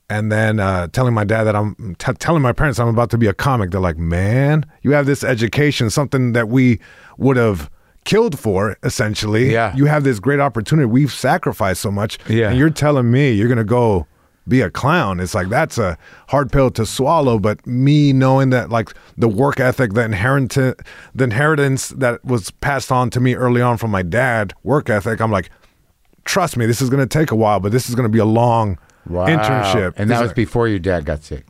[SPEAKER 2] and then uh, telling my dad that i'm t- telling my parents i'm about to be a comic they're like man you have this education something that we would have killed for, essentially.
[SPEAKER 1] Yeah.
[SPEAKER 2] You have this great opportunity. We've sacrificed so much.
[SPEAKER 1] Yeah.
[SPEAKER 2] And you're telling me you're going to go be a clown. It's like, that's a hard pill to swallow. But me knowing that, like, the work ethic, the, inherent- the inheritance that was passed on to me early on from my dad, work ethic, I'm like, trust me, this is going to take a while, but this is going to be a long internship.
[SPEAKER 1] And that
[SPEAKER 2] This
[SPEAKER 1] was
[SPEAKER 2] is-
[SPEAKER 1] before your dad got sick.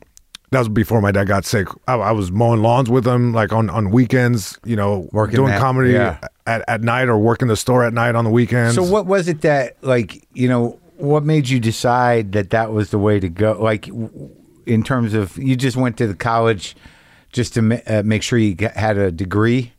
[SPEAKER 2] that was before my dad got sick. I, I was mowing lawns with him, like on, on weekends, you know,
[SPEAKER 1] Working
[SPEAKER 2] doing
[SPEAKER 1] that-
[SPEAKER 2] comedy
[SPEAKER 1] yeah.
[SPEAKER 2] at, at night or working the store at night on the weekends.
[SPEAKER 1] So what was it that like you know what made you decide that that was the way to go? Like w- w- in terms of you just went to the college just to ma- uh, make sure you g- had a degree.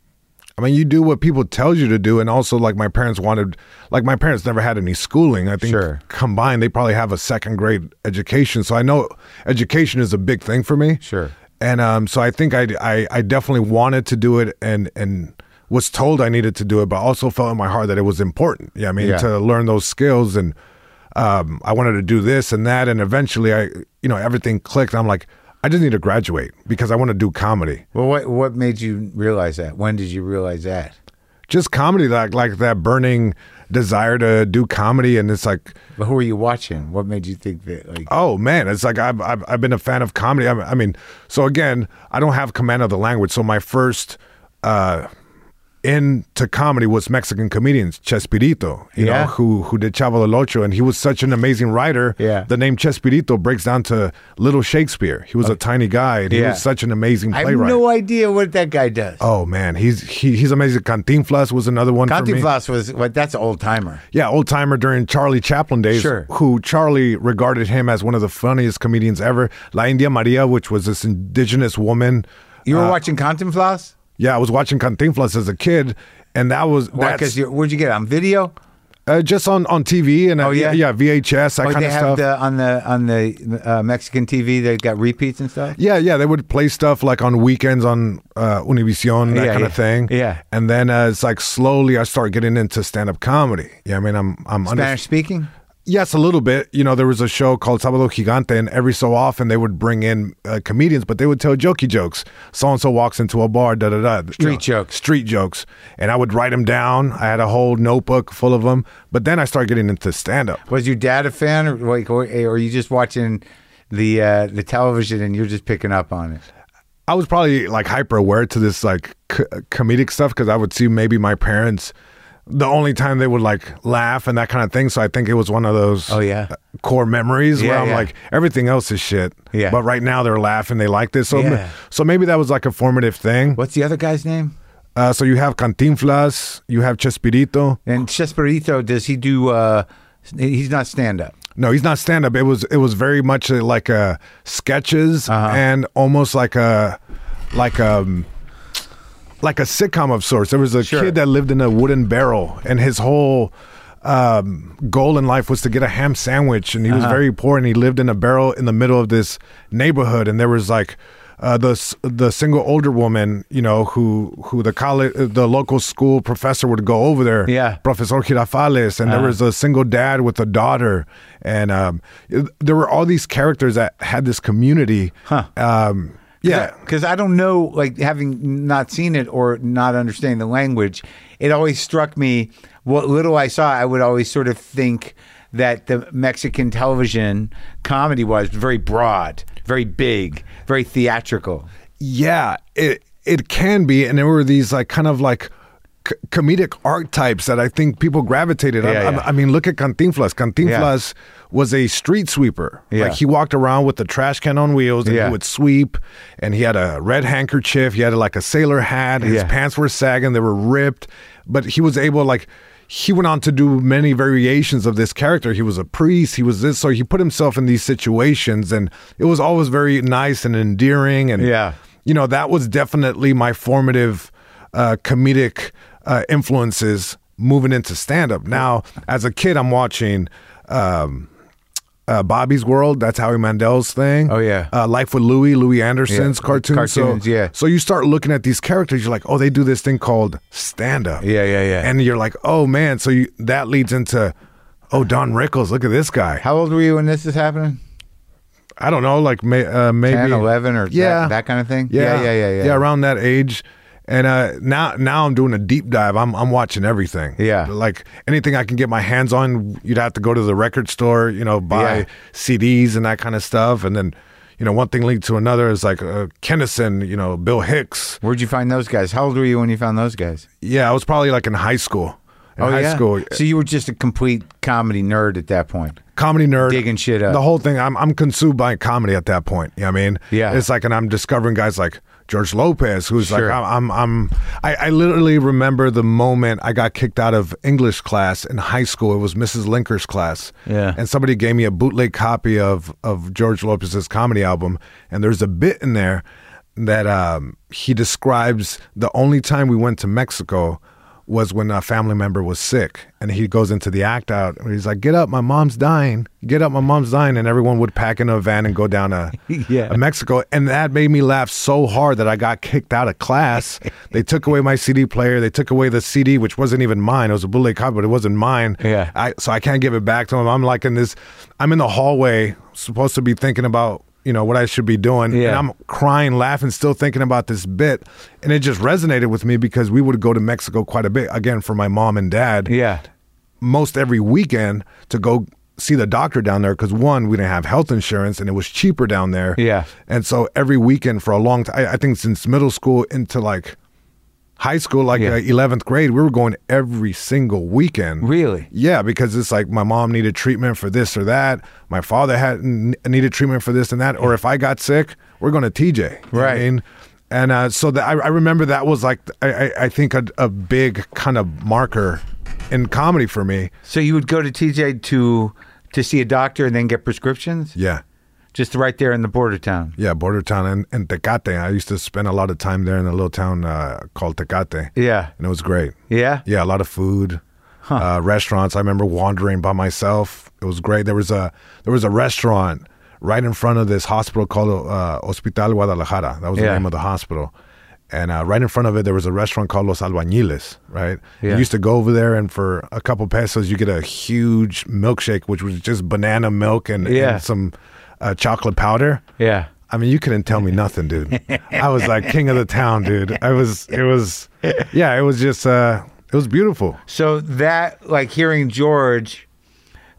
[SPEAKER 2] I mean, you do what people tell you to do, and also like my parents wanted, like my parents never had any schooling. I think
[SPEAKER 1] Sure.
[SPEAKER 2] combined they probably have a second grade education. So I know education is a big thing for me.
[SPEAKER 1] Sure.
[SPEAKER 2] And um, so I think I, I I definitely wanted to do it, and and was told I needed to do it, but also felt in my heart that it was important. Yeah, I mean
[SPEAKER 1] Yeah.
[SPEAKER 2] to learn those skills, and um, I wanted to do this and that, and eventually I, you know, everything clicked. I'm like, I just need to graduate because I want to do comedy.
[SPEAKER 1] Well, what what made you realize that? When did you realize that?
[SPEAKER 2] just comedy like like that burning desire to do comedy and it's like
[SPEAKER 1] But who were you watching? What made you think that? Like,
[SPEAKER 2] oh man it's like i've i've, I've been a fan of comedy I, I mean so again i don't have command of the language so my first uh into comedy was Mexican comedians Chespirito, you
[SPEAKER 1] Yeah.
[SPEAKER 2] know, who who did Chavo del Ocho, and he was such an amazing writer.
[SPEAKER 1] Yeah.
[SPEAKER 2] the name Chespirito breaks down to Little Shakespeare. He was a tiny guy, and he
[SPEAKER 1] Yeah.
[SPEAKER 2] was such an amazing
[SPEAKER 1] I
[SPEAKER 2] playwright.
[SPEAKER 1] have no idea what that guy does.
[SPEAKER 2] oh man, he's he, he's amazing. Cantinflas was another one. for me.
[SPEAKER 1] Cantinflas was what? That's an old timer.
[SPEAKER 2] Yeah, old timer during Charlie Chaplin days,
[SPEAKER 1] Sure.
[SPEAKER 2] who Charlie regarded him as one of the funniest comedians ever. La India Maria, which was this indigenous woman.
[SPEAKER 1] You were watching Cantinflas?
[SPEAKER 2] Yeah, I was watching Cantinflas as a kid, and that was
[SPEAKER 1] Why?
[SPEAKER 2] that's-
[SPEAKER 1] Because where'd you get it? on video?
[SPEAKER 2] uh, just on, on TV and uh,
[SPEAKER 1] Oh, yeah?
[SPEAKER 2] yeah, VHS, that
[SPEAKER 1] Like
[SPEAKER 2] kind
[SPEAKER 1] they
[SPEAKER 2] of
[SPEAKER 1] have
[SPEAKER 2] stuff.
[SPEAKER 1] the on the on the uh, Mexican TV, they got repeats and stuff.
[SPEAKER 2] yeah, yeah, they would play stuff like on weekends on uh, Univision, that
[SPEAKER 1] Yeah,
[SPEAKER 2] kind
[SPEAKER 1] yeah.
[SPEAKER 2] of thing.
[SPEAKER 1] Yeah.
[SPEAKER 2] and then uh, it's like slowly I start getting into stand up comedy. Yeah, I mean I'm I'm under-
[SPEAKER 1] Spanish speaking.
[SPEAKER 2] Yes, a little bit. You know, there was a show called Sábado Gigante, and every so often they would bring in uh, comedians, but they would tell jokey jokes. So and so walks into a bar, da da da.
[SPEAKER 1] Street jokes.
[SPEAKER 2] Street jokes. And I would write them down. I had a whole notebook full of them. But then I started getting into stand up.
[SPEAKER 1] Was your dad a fan, or like, or, eh, or you just watching the uh, the television and you're just picking up on it?
[SPEAKER 2] I was probably like hyper aware to this like c- comedic stuff because I would see maybe my parents. The only time they would like laugh and that kind of thing, so I think it was one of those
[SPEAKER 1] Oh, yeah.
[SPEAKER 2] uh, core memories where
[SPEAKER 1] Yeah,
[SPEAKER 2] I'm
[SPEAKER 1] yeah.
[SPEAKER 2] like everything else is shit,
[SPEAKER 1] Yeah.
[SPEAKER 2] But right now they're laughing, they like this, so
[SPEAKER 1] Yeah.
[SPEAKER 2] so maybe that was like a formative thing.
[SPEAKER 1] What's the other guy's name?
[SPEAKER 2] Uh, so you have Cantinflas, you have Chespirito.
[SPEAKER 1] And Chespirito, does he do? Uh, he's not stand up.
[SPEAKER 2] No, he's not stand up. It was it was very much uh, like uh, sketches and almost like a like um like a sitcom of sorts. There was a
[SPEAKER 1] Sure.
[SPEAKER 2] kid that lived in a wooden barrel, and his whole um, goal in life was to get a ham sandwich. And he was very poor, and he lived in a barrel in the middle of this neighborhood. And there was like uh, the s- the single older woman, you know, who who the college uh, the local school professor would go over there,
[SPEAKER 1] Yeah.
[SPEAKER 2] Professor Girafales, and there was a single dad with a daughter, and um, it- there were all these characters that had this community. Um, yeah,
[SPEAKER 1] because I don't know, like having not seen it or not understanding the language, it always struck me. What little I saw, I would always sort of think that the Mexican television comedy was very broad, very big, very theatrical.
[SPEAKER 2] Yeah, it it can be, and there were these like kind of like c- comedic archetypes that I think people gravitated. I,
[SPEAKER 1] Yeah,
[SPEAKER 2] I-
[SPEAKER 1] yeah.
[SPEAKER 2] I mean, look at Cantinflas. Cantinflas was a street sweeper.
[SPEAKER 1] Yeah.
[SPEAKER 2] Like he walked around with the trash can on wheels, and
[SPEAKER 1] Yeah.
[SPEAKER 2] he would sweep. And he had a red handkerchief. He had like a sailor hat. His
[SPEAKER 1] Yeah.
[SPEAKER 2] pants were sagging; they were ripped. But he was able like. He went on to do many variations of this character. He was a priest. He was this. So he put himself in these situations, and it was always very nice and endearing. And
[SPEAKER 1] Yeah.
[SPEAKER 2] you know, that was definitely my formative uh, comedic uh, influences moving into stand up. Now, as a kid, I'm watching um, uh, Bobby's World. That's Howie Mandel's thing.
[SPEAKER 1] Oh, yeah.
[SPEAKER 2] Uh, Life with Louie, Louie Anderson's
[SPEAKER 1] Yeah,
[SPEAKER 2] cartoon.
[SPEAKER 1] cartoons,
[SPEAKER 2] so,
[SPEAKER 1] yeah.
[SPEAKER 2] So you start looking at these characters, you're like, oh, they do this thing called stand up.
[SPEAKER 1] Yeah, yeah, yeah.
[SPEAKER 2] And you're like, oh, man. So you, that leads into, oh, Don Rickles, look at this guy.
[SPEAKER 1] How old were you when this is happening?
[SPEAKER 2] I don't know, like may, uh, maybe
[SPEAKER 1] 10, 11 or that- that kind of thing?
[SPEAKER 2] Yeah,
[SPEAKER 1] Yeah, yeah, yeah, yeah.
[SPEAKER 2] around that age. And uh, now, now I'm doing a deep dive. I'm I'm watching everything.
[SPEAKER 1] Yeah.
[SPEAKER 2] like anything I can get my hands on. You'd have to go to the record store, you know, buy
[SPEAKER 1] Yeah.
[SPEAKER 2] CDs and that kind of stuff. And then, you know, one thing leads to another is like uh, Kennison, you know, Bill Hicks.
[SPEAKER 1] Where'd you find those guys? How old were you when you found those guys?
[SPEAKER 2] Yeah, I was probably like in high school. In
[SPEAKER 1] Oh,
[SPEAKER 2] high
[SPEAKER 1] yeah.
[SPEAKER 2] school,
[SPEAKER 1] So you were just a complete comedy nerd at that point.
[SPEAKER 2] comedy nerd
[SPEAKER 1] Digging shit up.
[SPEAKER 2] The whole thing. I'm I'm consumed by comedy at that point. You know what I mean?
[SPEAKER 1] Yeah.
[SPEAKER 2] It's like, and I'm discovering guys like George Lopez, who's
[SPEAKER 1] Sure.
[SPEAKER 2] like, I'm, I'm, I'm I, I literally remember the moment I got kicked out of English class in high school. It was Mrs. Linker's class.
[SPEAKER 1] Yeah.
[SPEAKER 2] And somebody gave me a bootleg copy of of George Lopez's comedy album, and there's a bit in there that um, he describes the only time we went to Mexico was when a family member was sick, and he goes into the act out, and he's like, "Get up, my mom's dying! Get up, my mom's dying!" And everyone would pack into a van and go down to
[SPEAKER 1] <laughs> Yeah.
[SPEAKER 2] a Mexico, and that made me laugh so hard that I got kicked out of
[SPEAKER 1] <laughs>
[SPEAKER 2] class. they took away my CD player. They took away the CD, which wasn't even mine. It was a bootleg copy, but it wasn't mine.
[SPEAKER 1] Yeah.
[SPEAKER 2] I, so I can't give it back to him. I'm like in this. I'm in the hallway, supposed to be thinking about you know what I should be doing,
[SPEAKER 1] Yeah.
[SPEAKER 2] and I'm crying, laughing, still thinking about this bit, and it just resonated with me because we would go to Mexico quite a bit again for my mom and dad
[SPEAKER 1] Yeah.
[SPEAKER 2] most every weekend to go see the doctor down there because one we didn't have health insurance and it was cheaper down there
[SPEAKER 1] Yeah.
[SPEAKER 2] and so every weekend for a long time I, I think since middle school into like high school like
[SPEAKER 1] Yeah.
[SPEAKER 2] uh, 11th grade we were going every single weekend
[SPEAKER 1] Really?
[SPEAKER 2] yeah because it's like my mom needed treatment for this or that my father had n- needed treatment for this and that or if i got sick we're going to tj you know what I
[SPEAKER 1] Right.
[SPEAKER 2] mean? and uh, so that I, I remember that was like i, I, I think a, a big kind of marker in comedy for me
[SPEAKER 1] So you would go to TJ to to see a doctor and then get prescriptions?
[SPEAKER 2] yeah
[SPEAKER 1] Just right there in the border town.
[SPEAKER 2] yeah border town and, and tecate i used to spend a lot of time there in a little town uh, called tecate
[SPEAKER 1] Yeah.
[SPEAKER 2] and it was great
[SPEAKER 1] Yeah?
[SPEAKER 2] Yeah, a lot of food, uh, restaurants. I remember wandering by myself. It was great. There was a there was a restaurant right in front of this hospital called uh, Hospital Guadalajara. That was
[SPEAKER 1] Yeah.
[SPEAKER 2] the name of the hospital. And uh, right in front of it, there was a restaurant called Los Albañiles. Right,
[SPEAKER 1] Yeah.
[SPEAKER 2] you used to go over there, and for a couple pesos, you get a huge milkshake, which was just banana milk and, and
[SPEAKER 1] Yeah.
[SPEAKER 2] some uh, chocolate powder.
[SPEAKER 1] Yeah.
[SPEAKER 2] I mean, you couldn't tell me nothing, dude. I was like king of the town, dude. I was, it was, yeah, it was just, uh, it was beautiful.
[SPEAKER 1] So that like hearing George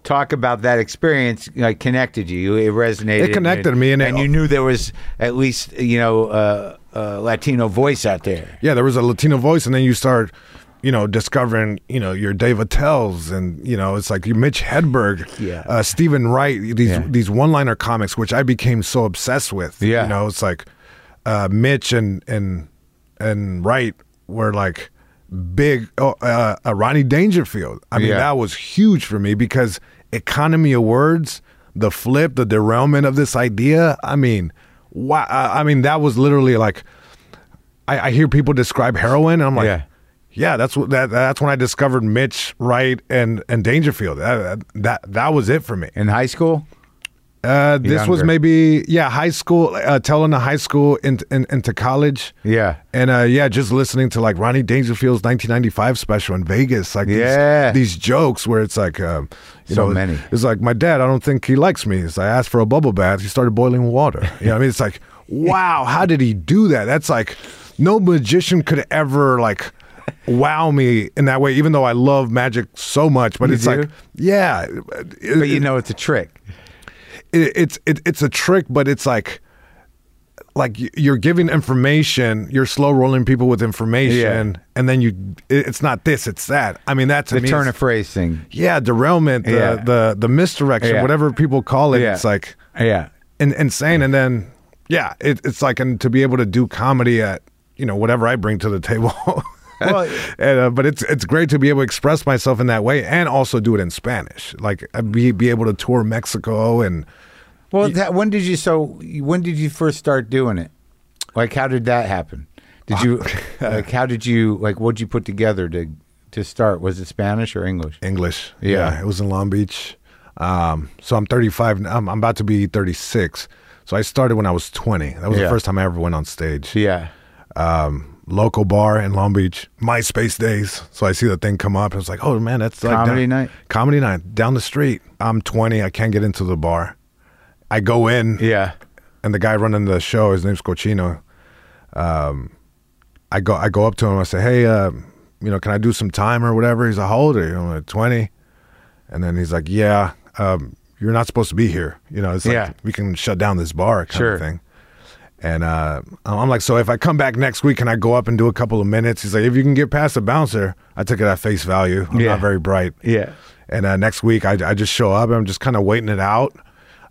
[SPEAKER 1] talk about that experience like connected you. It resonated.
[SPEAKER 2] It connected me, and it-
[SPEAKER 1] and you knew there was at least you know uh, a Latino voice out there.
[SPEAKER 2] Yeah, there was a Latino voice, and then you start, you know, discovering, you know, your Dave Attell's, and you know, it's like your Mitch Hedberg,
[SPEAKER 1] Yeah.
[SPEAKER 2] uh, Stephen Wright, these
[SPEAKER 1] Yeah.
[SPEAKER 2] these one liner comics, which I became so obsessed with.
[SPEAKER 1] Yeah.
[SPEAKER 2] you know, it's like uh, Mitch and and and Wright were like big. Oh, uh, uh, Ronnie Dangerfield. I mean,
[SPEAKER 1] Yeah.
[SPEAKER 2] that was huge for me because economy of words, the flip, the derailment of this idea. I mean, wow. I I mean, that was literally like. I, I hear people describe heroin, and I'm like,
[SPEAKER 1] Yeah.
[SPEAKER 2] yeah, that's what that, that's when I discovered Mitch Wright and and Dangerfield. That that, that was it for me.
[SPEAKER 1] In high school,
[SPEAKER 2] Uh, this was
[SPEAKER 1] Younger.
[SPEAKER 2] maybe yeah high school, uh, telling the high school in, in, into college.
[SPEAKER 1] Yeah.
[SPEAKER 2] and uh, yeah, just listening to like Ronnie Dangerfield's 1995 special in Vegas, like
[SPEAKER 1] Yeah.
[SPEAKER 2] these, these jokes where it's like, um, you
[SPEAKER 1] So
[SPEAKER 2] know,
[SPEAKER 1] many.
[SPEAKER 2] It's like my dad. I don't think he likes me. It's I asked for a bubble bath. He started boiling water. You know what I mean?
[SPEAKER 1] <laughs>
[SPEAKER 2] It's like, wow, how did he do that? That's like no magician could ever like wow me in that way. Even though I love magic so much, but
[SPEAKER 1] You
[SPEAKER 2] it's
[SPEAKER 1] do?
[SPEAKER 2] like, yeah,
[SPEAKER 1] but you know it's a trick.
[SPEAKER 2] it, it's it, it's a trick, but it's like like y- you're giving information, you're slow rolling people with information, and then you it- it's not this, it's that. I mean, that's
[SPEAKER 1] The turn of phrase thing.
[SPEAKER 2] yeah, derailment, the
[SPEAKER 1] Yeah.
[SPEAKER 2] the the misdirection,
[SPEAKER 1] Yeah.
[SPEAKER 2] whatever people call it.
[SPEAKER 1] Yeah.
[SPEAKER 2] It's like
[SPEAKER 1] Yeah.
[SPEAKER 2] in, insane, and then yeah, it, it's like and to be able to do comedy at you know whatever I bring to the table. <laughs>
[SPEAKER 1] Well-
[SPEAKER 2] and, uh, but it's it's great to be able to express myself in that way and also do it in Spanish. Like uh, be be able to tour Mexico and
[SPEAKER 1] Well, that, when did you so when did you first start doing it? Like, how did that happen? Did <laughs> you like how did you like what would you put together to to start? Was it Spanish or English?
[SPEAKER 2] English.
[SPEAKER 1] Yeah.
[SPEAKER 2] it was in Long Beach. Um, so I'm 35. now. I'm, I'm about to be 36. So I started when I was 20. That was
[SPEAKER 1] Yeah.
[SPEAKER 2] the first time I ever went on stage.
[SPEAKER 1] Yeah.
[SPEAKER 2] Local bar in Long Beach, MySpace days. So I see the thing come up. And it's like, oh man, that's like
[SPEAKER 1] Comedy
[SPEAKER 2] down-
[SPEAKER 1] night?
[SPEAKER 2] Comedy night down the street. I'm 20. I can't get into the bar. I go in,
[SPEAKER 1] Yeah.
[SPEAKER 2] and the guy running the show, his name's Cochino. Um, I go I go up to him. I say, hey, uh, you know, can I do some time or whatever? He's like, how old are you? I'm like, twenty. And then he's like, yeah, um, you're not supposed to be here. You know, it's like
[SPEAKER 1] Yeah.
[SPEAKER 2] we can shut down this bar kind
[SPEAKER 1] Sure.
[SPEAKER 2] of thing. And uh, I'm like, so if I come back next week, can I go up and do a couple of minutes? He's like, if you can get past the bouncer, I took it at face value. I'm
[SPEAKER 1] Yeah.
[SPEAKER 2] not very bright.
[SPEAKER 1] Yeah.
[SPEAKER 2] And uh, next week, I, I just show up. I'm just kind of waiting it out.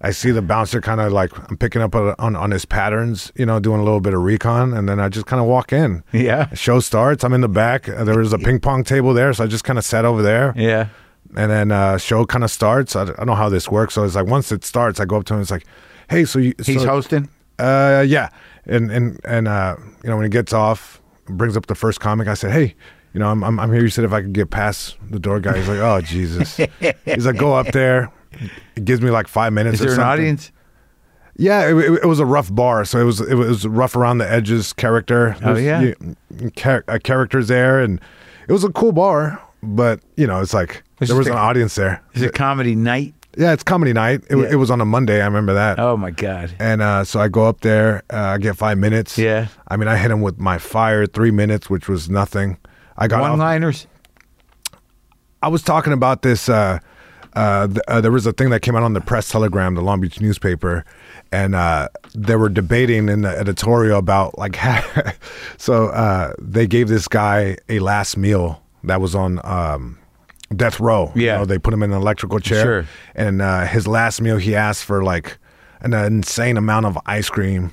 [SPEAKER 2] I see the bouncer kind of like I'm picking up on, on on his patterns, you know, doing a little bit of recon, and then I just kind of walk in.
[SPEAKER 1] Yeah.
[SPEAKER 2] Show starts. I'm in the back. Uh, There was a ping pong table there, so I just kind of sat over there.
[SPEAKER 1] Yeah.
[SPEAKER 2] And then uh, show kind of starts. I, don't- I don't know how this works. So it's like once it starts, I go up to him. It's like, hey, so you
[SPEAKER 1] He's
[SPEAKER 2] so,
[SPEAKER 1] hosting.
[SPEAKER 2] uh, yeah, and and and uh, you know when he gets off, brings up the first comic. I said, hey, you know, I'm I'm, I'm here. You said if I could get past the door guy. He's like, oh Jesus. He's like, go up there. It gives me like five minutes.
[SPEAKER 1] Is there
[SPEAKER 2] or
[SPEAKER 1] an
[SPEAKER 2] something.
[SPEAKER 1] audience?
[SPEAKER 2] Yeah, it, it, it was a rough bar, so it was it was rough around the edges. Character.
[SPEAKER 1] Oh,
[SPEAKER 2] There's-
[SPEAKER 1] yeah.
[SPEAKER 2] you- char- uh, characters there, and it was a cool bar, but you know, it's like
[SPEAKER 1] It's
[SPEAKER 2] there was
[SPEAKER 1] just
[SPEAKER 2] an
[SPEAKER 1] a-
[SPEAKER 2] audience there.
[SPEAKER 1] Is it comedy night?
[SPEAKER 2] Yeah, it's comedy night. It,
[SPEAKER 1] Yeah.
[SPEAKER 2] it was on a Monday. I remember that.
[SPEAKER 1] Oh my god.
[SPEAKER 2] And uh, so I go up there, uh, I get five minutes.
[SPEAKER 1] Yeah.
[SPEAKER 2] I mean, I hit him with my fire three minutes, which was nothing. I got off-
[SPEAKER 1] One-liners.
[SPEAKER 2] I was talking about this. Uh, uh, th- uh, there was a thing that came out on the Press Telegram, the Long Beach newspaper, and uh, they were debating in the editorial about like. <laughs> so uh, they gave this guy a last meal that was on um, death row.
[SPEAKER 1] Yeah.
[SPEAKER 2] know, they put him in an electrical chair,
[SPEAKER 1] Sure.
[SPEAKER 2] and uh, his last meal he asked for like an insane amount of ice cream.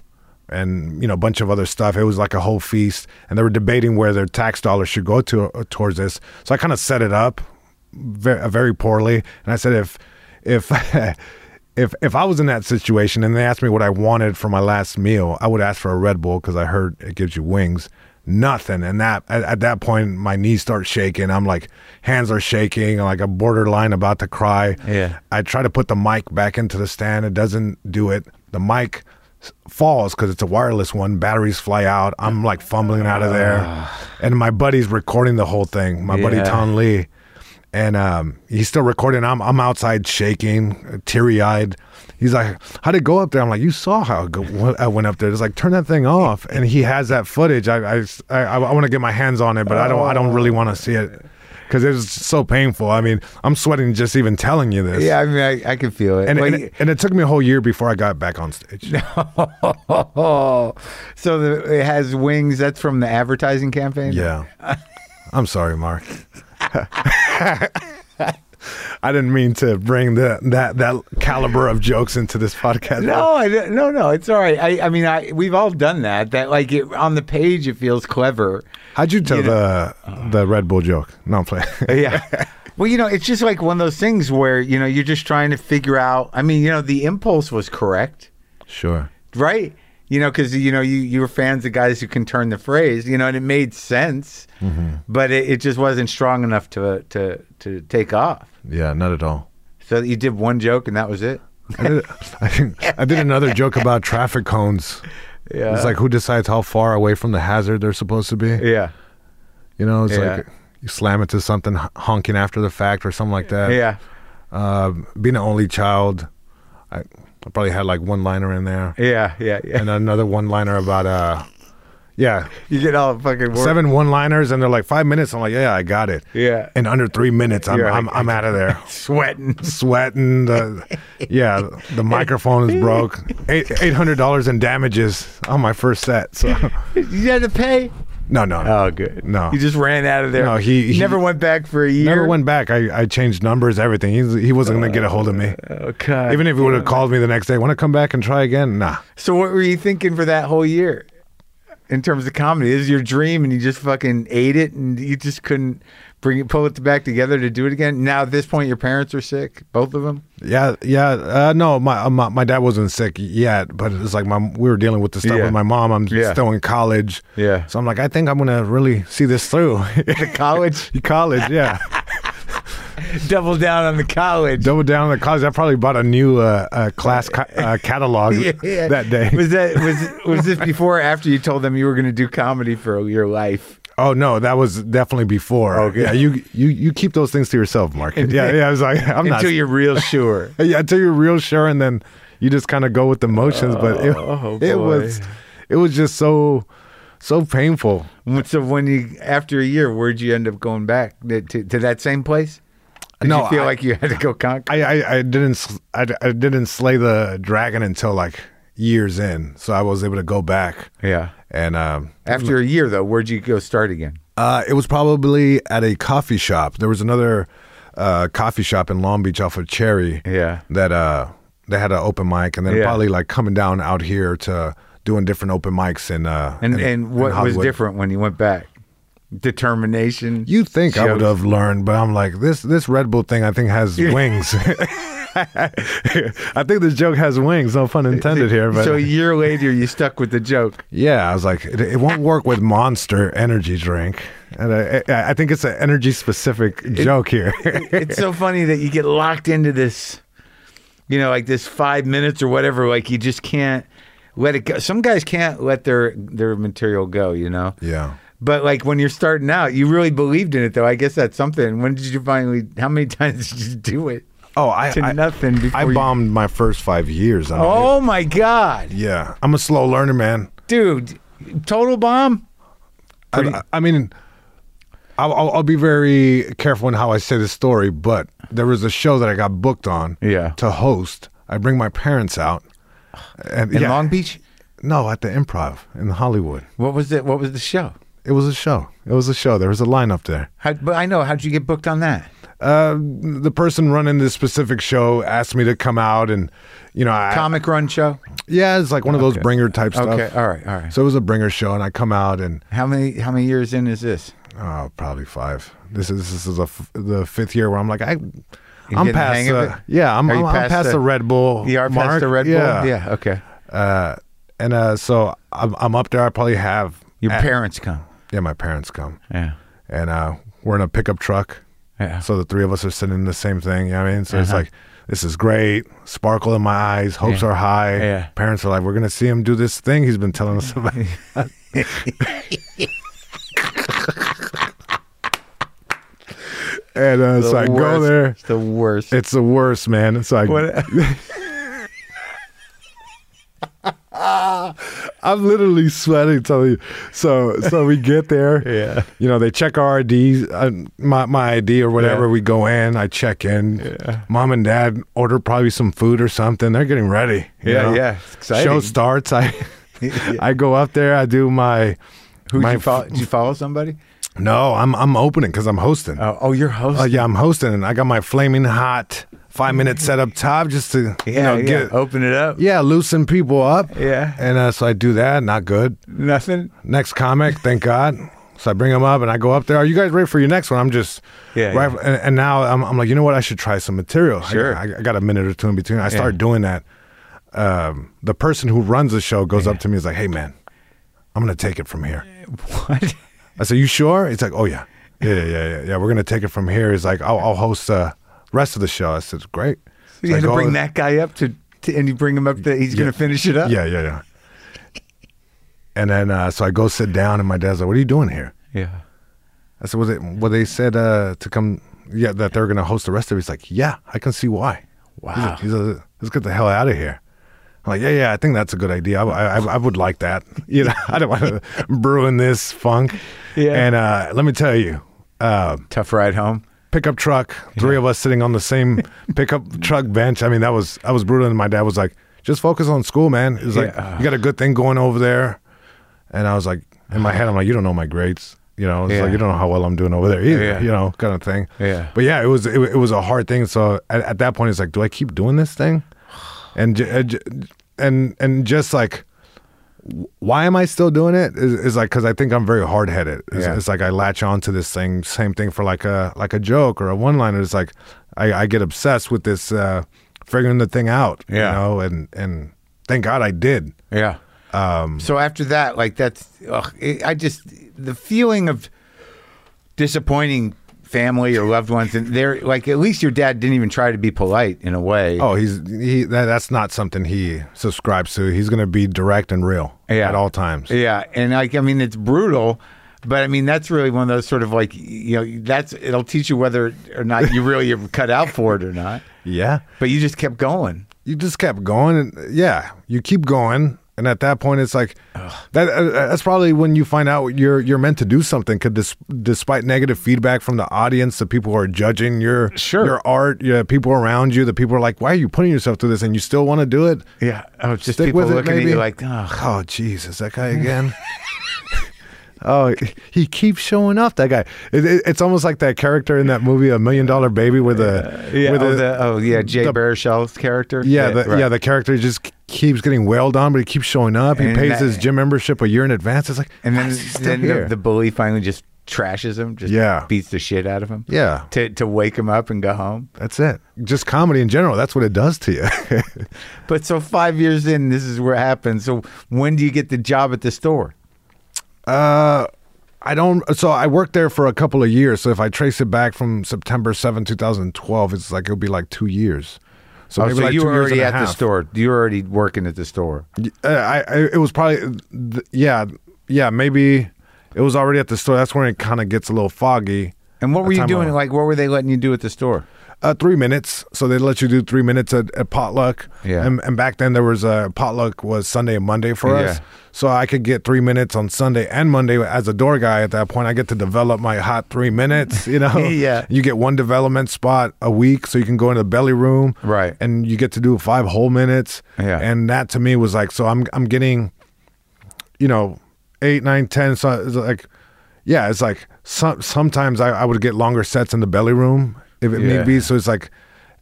[SPEAKER 2] And you know a bunch of other stuff. It was like a whole feast, and they were debating where their tax dollars should go to uh, towards this. So I kind of set it up very, very poorly. And I said, if, if, <laughs> if, if I was in that situation and they asked me what I wanted for my last meal, I would ask for a Red Bull because I heard it gives you wings. Nothing. And that at, at that point, my knees start shaking. I'm like, hands are shaking, like a borderline about to cry.
[SPEAKER 1] Yeah.
[SPEAKER 2] I try to put the mic back into the stand. It doesn't do it. The mic s- falls because it's a wireless one. Batteries fly out. I'm like fumbling out of there. And my buddy's recording the whole thing. My buddy
[SPEAKER 1] Ah. Yeah.
[SPEAKER 2] Tom Lee. And um, he's still recording. I'm, I'm outside shaking, teary eyed. He's like, How'd it go up there? I'm like, You saw how it go- what- I went up there. It's like, Turn that thing off. And he has that footage. I, I, s- I, want to get my hands on it, but I don't, I don't really want to see it. Because it was so painful. I mean, I'm sweating just even telling you this.
[SPEAKER 1] Yeah, I mean, I, I can feel it.
[SPEAKER 2] And,
[SPEAKER 1] Well,
[SPEAKER 2] and, and it took me a whole year before I got back
[SPEAKER 1] <laughs>
[SPEAKER 2] on stage.
[SPEAKER 1] Oh, so the, it has wings. That's from the advertising campaign.
[SPEAKER 2] yeah. <laughs> I'm sorry, Mark. <laughs> I didn't mean to bring the, that that caliber of jokes into this podcast.
[SPEAKER 1] No, I, don't- no, no. It's all right. I, I mean, I we've all done that. That like it, on the page, it feels clever.
[SPEAKER 2] How'd you tell
[SPEAKER 1] You uh-uh.
[SPEAKER 2] the the Red Bull joke? No, I'm playing.
[SPEAKER 1] Uh, Yeah. <laughs> well, you know, it's just like one of those things where you know you're just trying to figure out. I mean, you know, the impulse was correct.
[SPEAKER 2] sure.
[SPEAKER 1] right? You know, because you know you you were fans of guys who can turn the phrase, you know, and it made sense, but it, it just wasn't strong enough to to to take off.
[SPEAKER 2] Yeah, not at all.
[SPEAKER 1] So you did one joke and that was it.
[SPEAKER 2] I
[SPEAKER 1] <laughs>
[SPEAKER 2] did, I, think- I did another joke about traffic cones.
[SPEAKER 1] Yeah,
[SPEAKER 2] It's like who decides how far away from the hazard they're supposed to be.
[SPEAKER 1] yeah,
[SPEAKER 2] You know, it's
[SPEAKER 1] Yeah.
[SPEAKER 2] like you slam into something hon- honking after the fact or something like that.
[SPEAKER 1] yeah,
[SPEAKER 2] Um, being an only child, I, I probably had like one liner in there
[SPEAKER 1] yeah, yeah, yeah.
[SPEAKER 2] and another one liner about, uh, yeah,
[SPEAKER 1] You get all fucking wor-
[SPEAKER 2] seven one liners and they're like five minutes. I'm like, yeah, I got it.
[SPEAKER 1] Yeah.
[SPEAKER 2] In under three minutes, I'm,
[SPEAKER 1] You're
[SPEAKER 2] I'm,
[SPEAKER 1] like-
[SPEAKER 2] I'm out of there.
[SPEAKER 1] <laughs> sweating.
[SPEAKER 2] Sweating. The, yeah, the microphone is broke. Eight, $800 in damages on my first set.
[SPEAKER 1] <laughs>
[SPEAKER 2] So,
[SPEAKER 1] you had to pay.
[SPEAKER 2] no, no. no.
[SPEAKER 1] Oh, good.
[SPEAKER 2] No.
[SPEAKER 1] you just ran out of there.
[SPEAKER 2] No, he- he-
[SPEAKER 1] never went back for a year.
[SPEAKER 2] Never went back. I, I changed numbers, everything. He's, he wasn't going to get a hold of me.
[SPEAKER 1] Uh, Okay.
[SPEAKER 2] Even if he would have called me the next day, want to come back and try again? Nah.
[SPEAKER 1] so, what were you thinking for that whole year? In terms of comedy, this is your dream, and you just fucking ate it, and you just couldn't bring it, pull it back together to do it again. Now, at this point, your parents are sick, both of them.
[SPEAKER 2] Yeah, yeah. Uh, no, my, uh, my my dad wasn't sick yet, but it's like my we were dealing with the stuff
[SPEAKER 1] Yeah.
[SPEAKER 2] with my mom. I'm
[SPEAKER 1] Yeah.
[SPEAKER 2] still in college.
[SPEAKER 1] Yeah.
[SPEAKER 2] So I'm like, I think I'm gonna really see this through. <laughs>
[SPEAKER 1] The college, <laughs>
[SPEAKER 2] college, yeah.
[SPEAKER 1] double down on the college.
[SPEAKER 2] Double down on the college. I probably bought a new uh, uh, class ca-
[SPEAKER 1] <laughs>
[SPEAKER 2] uh, catalog
[SPEAKER 1] <laughs> Yeah.
[SPEAKER 2] that day.
[SPEAKER 1] was that was was this before or after you told them you were going to do comedy for your life?
[SPEAKER 2] Oh no, that was definitely before. Okay. Yeah, you you you keep those things to yourself,
[SPEAKER 1] <laughs>
[SPEAKER 2] Mark. yeah, yeah. I was like, <laughs> I'm not
[SPEAKER 1] until you're real sure.
[SPEAKER 2] yeah, until you're real sure, and then you just kind of go with the motions. but it,
[SPEAKER 1] Oh,
[SPEAKER 2] it
[SPEAKER 1] boy.
[SPEAKER 2] was, it was just so so painful.
[SPEAKER 1] So when you after a year, where'd you end up going back to, to, to that same place? Did
[SPEAKER 2] No,
[SPEAKER 1] you feel
[SPEAKER 2] I-
[SPEAKER 1] like you had to go conquer?
[SPEAKER 2] I, I, I didn't sl- I, d- I didn't slay the dragon until like years in, so I was able to go back.
[SPEAKER 1] yeah.
[SPEAKER 2] And um,
[SPEAKER 1] After a year, though, where'd you go start again?
[SPEAKER 2] uh, it was probably at a coffee shop. There was another uh, coffee shop in Long Beach off of Cherry.
[SPEAKER 1] Yeah.
[SPEAKER 2] That uh, they had an open mic, and then
[SPEAKER 1] Yeah.
[SPEAKER 2] probably like coming down out here to doing different open mics in uh
[SPEAKER 1] And
[SPEAKER 2] in-
[SPEAKER 1] and
[SPEAKER 2] in
[SPEAKER 1] what was
[SPEAKER 2] Hollywood.
[SPEAKER 1] different when you went back? Determination.
[SPEAKER 2] You think I would
[SPEAKER 1] Jokes.
[SPEAKER 2] have learned, but I'm like this. This Red Bull thing, I think, <laughs> has wings. I think this joke has wings. No pun intended here. But
[SPEAKER 1] so a year later, you stuck with the
[SPEAKER 2] <laughs>
[SPEAKER 1] joke.
[SPEAKER 2] Yeah, I was like, it, it won't work with Monster Energy Drink, and I, I, I think it's an energy specific joke <laughs> here.
[SPEAKER 1] It's so funny that you get locked into this, you know, like this five minutes or whatever. Like you just can't let it go. Some guys can't let their their material go. You know.
[SPEAKER 2] yeah,
[SPEAKER 1] But like when you're starting out, you really believed in it, though. I guess that's something. When did you finally? How many <laughs> times did you do it?
[SPEAKER 2] Oh, I-
[SPEAKER 1] to
[SPEAKER 2] I-
[SPEAKER 1] nothing before
[SPEAKER 2] I
[SPEAKER 1] you-
[SPEAKER 2] bombed my first five years. On it.
[SPEAKER 1] Oh my god,
[SPEAKER 2] yeah, I'm a slow learner, man.
[SPEAKER 1] dude! Total bomb.
[SPEAKER 2] I, I- I mean, I'll, I'll, I'll be very careful in how I say this story, but there was a show that I got booked on.
[SPEAKER 1] Yeah.
[SPEAKER 2] to host, I bring my parents out. And,
[SPEAKER 1] In
[SPEAKER 2] yeah,
[SPEAKER 1] Long Beach,
[SPEAKER 2] no, at the Improv in Hollywood.
[SPEAKER 1] what was it? What was the show?
[SPEAKER 2] It was a show. It was a show. There was a lineup there.
[SPEAKER 1] How, but I know. How'd you get booked on that?
[SPEAKER 2] Uh, the person running this specific show asked me to come out, and you know, I,
[SPEAKER 1] Comic Run show.
[SPEAKER 2] yeah, it's like one of those bringer type stuff.
[SPEAKER 1] Okay, all right, all right.
[SPEAKER 2] So it was a bringer show, and I come out, and
[SPEAKER 1] How many? How many years in is this?
[SPEAKER 2] oh, probably five. This is this is a f- the fifth year where I'm like, I,
[SPEAKER 1] You
[SPEAKER 2] I'm
[SPEAKER 1] getting the
[SPEAKER 2] past
[SPEAKER 1] hang of
[SPEAKER 2] the
[SPEAKER 1] it?
[SPEAKER 2] yeah, I'm
[SPEAKER 1] Are you
[SPEAKER 2] I'm, I'm
[SPEAKER 1] past
[SPEAKER 2] past
[SPEAKER 1] the-
[SPEAKER 2] the, Red Bull.
[SPEAKER 1] You are past
[SPEAKER 2] Oh, mark.
[SPEAKER 1] the Red Bull.
[SPEAKER 2] yeah.
[SPEAKER 1] Yeah. Okay.
[SPEAKER 2] Uh, and uh, so I'm, I'm up there. I probably have
[SPEAKER 1] Your
[SPEAKER 2] at-
[SPEAKER 1] parents come.
[SPEAKER 2] Yeah, my parents come,
[SPEAKER 1] Yeah.
[SPEAKER 2] and uh, we're in a pickup truck.
[SPEAKER 1] Yeah. Uh-huh.
[SPEAKER 2] So the three of us are sitting in the same thing. You know what I mean? So it's like, this is great. Sparkle in my eyes. Hopes
[SPEAKER 1] Yeah.
[SPEAKER 2] are high.
[SPEAKER 1] Yeah.
[SPEAKER 2] Parents are like, we're going to see him do this thing he's been telling us about. <laughs> and uh, so I go
[SPEAKER 1] worst.
[SPEAKER 2] there.
[SPEAKER 1] It's the worst.
[SPEAKER 2] It's the worst, man. It's like,
[SPEAKER 1] What-
[SPEAKER 2] I'm literally sweating. Telling you, so so we get there.
[SPEAKER 1] <laughs> Yeah.
[SPEAKER 2] you know they check our IDs, uh, my my ID or whatever.
[SPEAKER 1] Yeah.
[SPEAKER 2] We go in. I check in. Mom and dad order probably some food or something. They're getting ready. you
[SPEAKER 1] Yeah,
[SPEAKER 2] know?
[SPEAKER 1] yeah. It's exciting.
[SPEAKER 2] Show starts.
[SPEAKER 1] <laughs>
[SPEAKER 2] I <laughs> I go up there. I do my
[SPEAKER 1] Who
[SPEAKER 2] my
[SPEAKER 1] did you follow? Did you follow somebody?
[SPEAKER 2] no. I'm I'm opening because I'm hosting.
[SPEAKER 1] Oh, oh, you're hosting.
[SPEAKER 2] Oh yeah, I'm hosting, and I got my flaming hot five minute set up top just to you
[SPEAKER 1] yeah,
[SPEAKER 2] know
[SPEAKER 1] yeah.
[SPEAKER 2] get
[SPEAKER 1] open it up.
[SPEAKER 2] yeah loosen people up.
[SPEAKER 1] Yeah.
[SPEAKER 2] and uh, so I do that. Not good.
[SPEAKER 1] Nothing. <laughs>
[SPEAKER 2] Next comic, thank God. So I bring him up, and I go up there. Are you guys ready for your next one? I'm just
[SPEAKER 1] Yeah,
[SPEAKER 2] right,
[SPEAKER 1] yeah.
[SPEAKER 2] And, and now I'm, I'm like, you know what? I should try some material. I-
[SPEAKER 1] Sure.
[SPEAKER 2] I, I got a minute or two in between. I start doing that. Um, the person who runs the show goes up to me. and is like, hey man, I'm gonna take it from here.
[SPEAKER 1] What?
[SPEAKER 2] I said, "You sure?" He's like, "Oh yeah, yeah, yeah, yeah, yeah. yeah. We're gonna take it from here." He's like, "I'll, I'll host the rest of the show." I said, "Great."
[SPEAKER 1] You
[SPEAKER 2] Like,
[SPEAKER 1] had to
[SPEAKER 2] oh,
[SPEAKER 1] bring that guy up to, to and you bring him up. To, he's going to finish it up.
[SPEAKER 2] Yeah, yeah, yeah. And then uh, so I go sit down, and my dad's like, "What are you doing here?"
[SPEAKER 1] Yeah.
[SPEAKER 2] I said, "Was it? Well, they said uh, to come. Yeah, that they're gonna host the rest of it." He's like, "Yeah, I can see why." He's
[SPEAKER 1] Wow.
[SPEAKER 2] like, he's like, "Let's get the hell out of here." I'm like, "Yeah, yeah, I think that's a good idea. I, I, I would like that. <laughs> You know, I don't want <laughs> to brewing this funk."
[SPEAKER 1] Yeah.
[SPEAKER 2] And uh, let me tell you. Uh,
[SPEAKER 1] Tough ride home.
[SPEAKER 2] pickup truck, three of us sitting on
[SPEAKER 1] <laughs>
[SPEAKER 2] the same pickup truck bench. I mean, that was I was brutal. And my dad was like, "Just focus on school, man." He was like,
[SPEAKER 1] Yeah.
[SPEAKER 2] "You got a good thing going over there," and I was like,
[SPEAKER 1] <sighs>
[SPEAKER 2] in my head, I'm like, "You don't know my grades." You know, it's
[SPEAKER 1] Yeah.
[SPEAKER 2] like you don't know how well I'm doing over there either.
[SPEAKER 1] Yeah.
[SPEAKER 2] You know, kind of thing.
[SPEAKER 1] Yeah.
[SPEAKER 2] But yeah, it was it, wa- it was a hard thing. So at, at that point, it's like, do I keep doing this thing? And ju- uh, ju- and and just like why am I still doing it? Is, is like because I think I'm very hard headed. It's,
[SPEAKER 1] Yeah.
[SPEAKER 2] it's like I latch on to this thing, same thing for like a like a joke or a one liner. It's like I, I get obsessed with this uh, figuring the thing out.
[SPEAKER 1] Yeah.
[SPEAKER 2] You know, and and thank God I did.
[SPEAKER 1] Yeah. Um, so after that, like that's, ugh, it, I just the feeling of disappointing family or loved ones, and they're like, at least your dad didn't even try to be polite in a way.
[SPEAKER 2] Oh, he's he. That, that's not something he subscribes to. He's gonna be direct and real
[SPEAKER 1] Yeah.
[SPEAKER 2] at all times.
[SPEAKER 1] Yeah, and like I mean, it's brutal, but I mean that's really one of those sort of like you know that's it'll teach you whether or not you really are cut out for it or not.
[SPEAKER 2] yeah.
[SPEAKER 1] But you just kept going.
[SPEAKER 2] you just kept going and yeah you keep going And at that point, it's like that. Uh, that's probably when you find out you're you're meant to do something. Because despite negative feedback from the audience, the people who are judging your
[SPEAKER 1] Sure.
[SPEAKER 2] your art, your people around you, the people are like, "Why are you putting yourself through this?" And you still want to do it?
[SPEAKER 1] Yeah. Oh, just
[SPEAKER 2] Stick
[SPEAKER 1] people
[SPEAKER 2] with it,
[SPEAKER 1] looking at
[SPEAKER 2] maybe.
[SPEAKER 1] you like, oh,
[SPEAKER 2] Oh Jesus, that
[SPEAKER 1] <laughs>
[SPEAKER 2] guy again. oh, he keeps showing up. That guy. It, it, it's almost like that character in that movie, A Million Dollar Baby, with a
[SPEAKER 1] yeah.
[SPEAKER 2] with
[SPEAKER 1] oh,
[SPEAKER 2] a-
[SPEAKER 1] the, oh, yeah. Jay
[SPEAKER 2] the-
[SPEAKER 1] Baruchel's character.
[SPEAKER 2] yeah, the,
[SPEAKER 1] right.
[SPEAKER 2] yeah. The character just k- keeps getting wailed on, but he keeps showing up. He
[SPEAKER 1] And
[SPEAKER 2] pays
[SPEAKER 1] that-
[SPEAKER 2] his gym membership a year in advance. It's like,
[SPEAKER 1] And
[SPEAKER 2] why
[SPEAKER 1] then,
[SPEAKER 2] is he still
[SPEAKER 1] then
[SPEAKER 2] here?
[SPEAKER 1] the, the bully finally just trashes him. Just
[SPEAKER 2] Yeah.
[SPEAKER 1] beats the shit out of him.
[SPEAKER 2] yeah,
[SPEAKER 1] To to wake him up and go home.
[SPEAKER 2] that's it. Just comedy in general. That's what it does
[SPEAKER 1] <laughs>
[SPEAKER 2] to you.
[SPEAKER 1] But so five years in, this is where it happens. So when do you get the job at the store?
[SPEAKER 2] Uh, I don't. So I worked there for a couple of years. So if I trace it back from September 7, 2012, it's like it'll be like two years. So,
[SPEAKER 1] Oh,
[SPEAKER 2] maybe
[SPEAKER 1] so
[SPEAKER 2] like
[SPEAKER 1] you
[SPEAKER 2] two
[SPEAKER 1] were
[SPEAKER 2] years
[SPEAKER 1] already
[SPEAKER 2] and a
[SPEAKER 1] at the
[SPEAKER 2] half.
[SPEAKER 1] store. You were already working at the store.
[SPEAKER 2] Uh, I, I it was probably th- yeah yeah maybe it was already at the store. That's when it kind of gets a little foggy.
[SPEAKER 1] And what
[SPEAKER 2] The
[SPEAKER 1] were you
[SPEAKER 2] time
[SPEAKER 1] doing?
[SPEAKER 2] I-
[SPEAKER 1] Like, what were they letting you do at the store?
[SPEAKER 2] Uh, three minutes. So they let you do three minutes at, at potluck.
[SPEAKER 1] Yeah.
[SPEAKER 2] And, and back then there was a potluck was Sunday and Monday for us.
[SPEAKER 1] Yeah.
[SPEAKER 2] So I could get three minutes on Sunday and Monday as a door guy. At that point, I get to develop my hot three minutes. You know.
[SPEAKER 1] <laughs> Yeah.
[SPEAKER 2] You get one development spot a week, so you can go into the belly room.
[SPEAKER 1] Right.
[SPEAKER 2] And you get to do five whole minutes.
[SPEAKER 1] Yeah.
[SPEAKER 2] And that to me was like, so I'm I'm getting you know, eight, nine, ten. So it's like, yeah, it's like some, sometimes I, I would get longer sets in the belly room if it
[SPEAKER 1] Yeah.
[SPEAKER 2] need be. So it's like,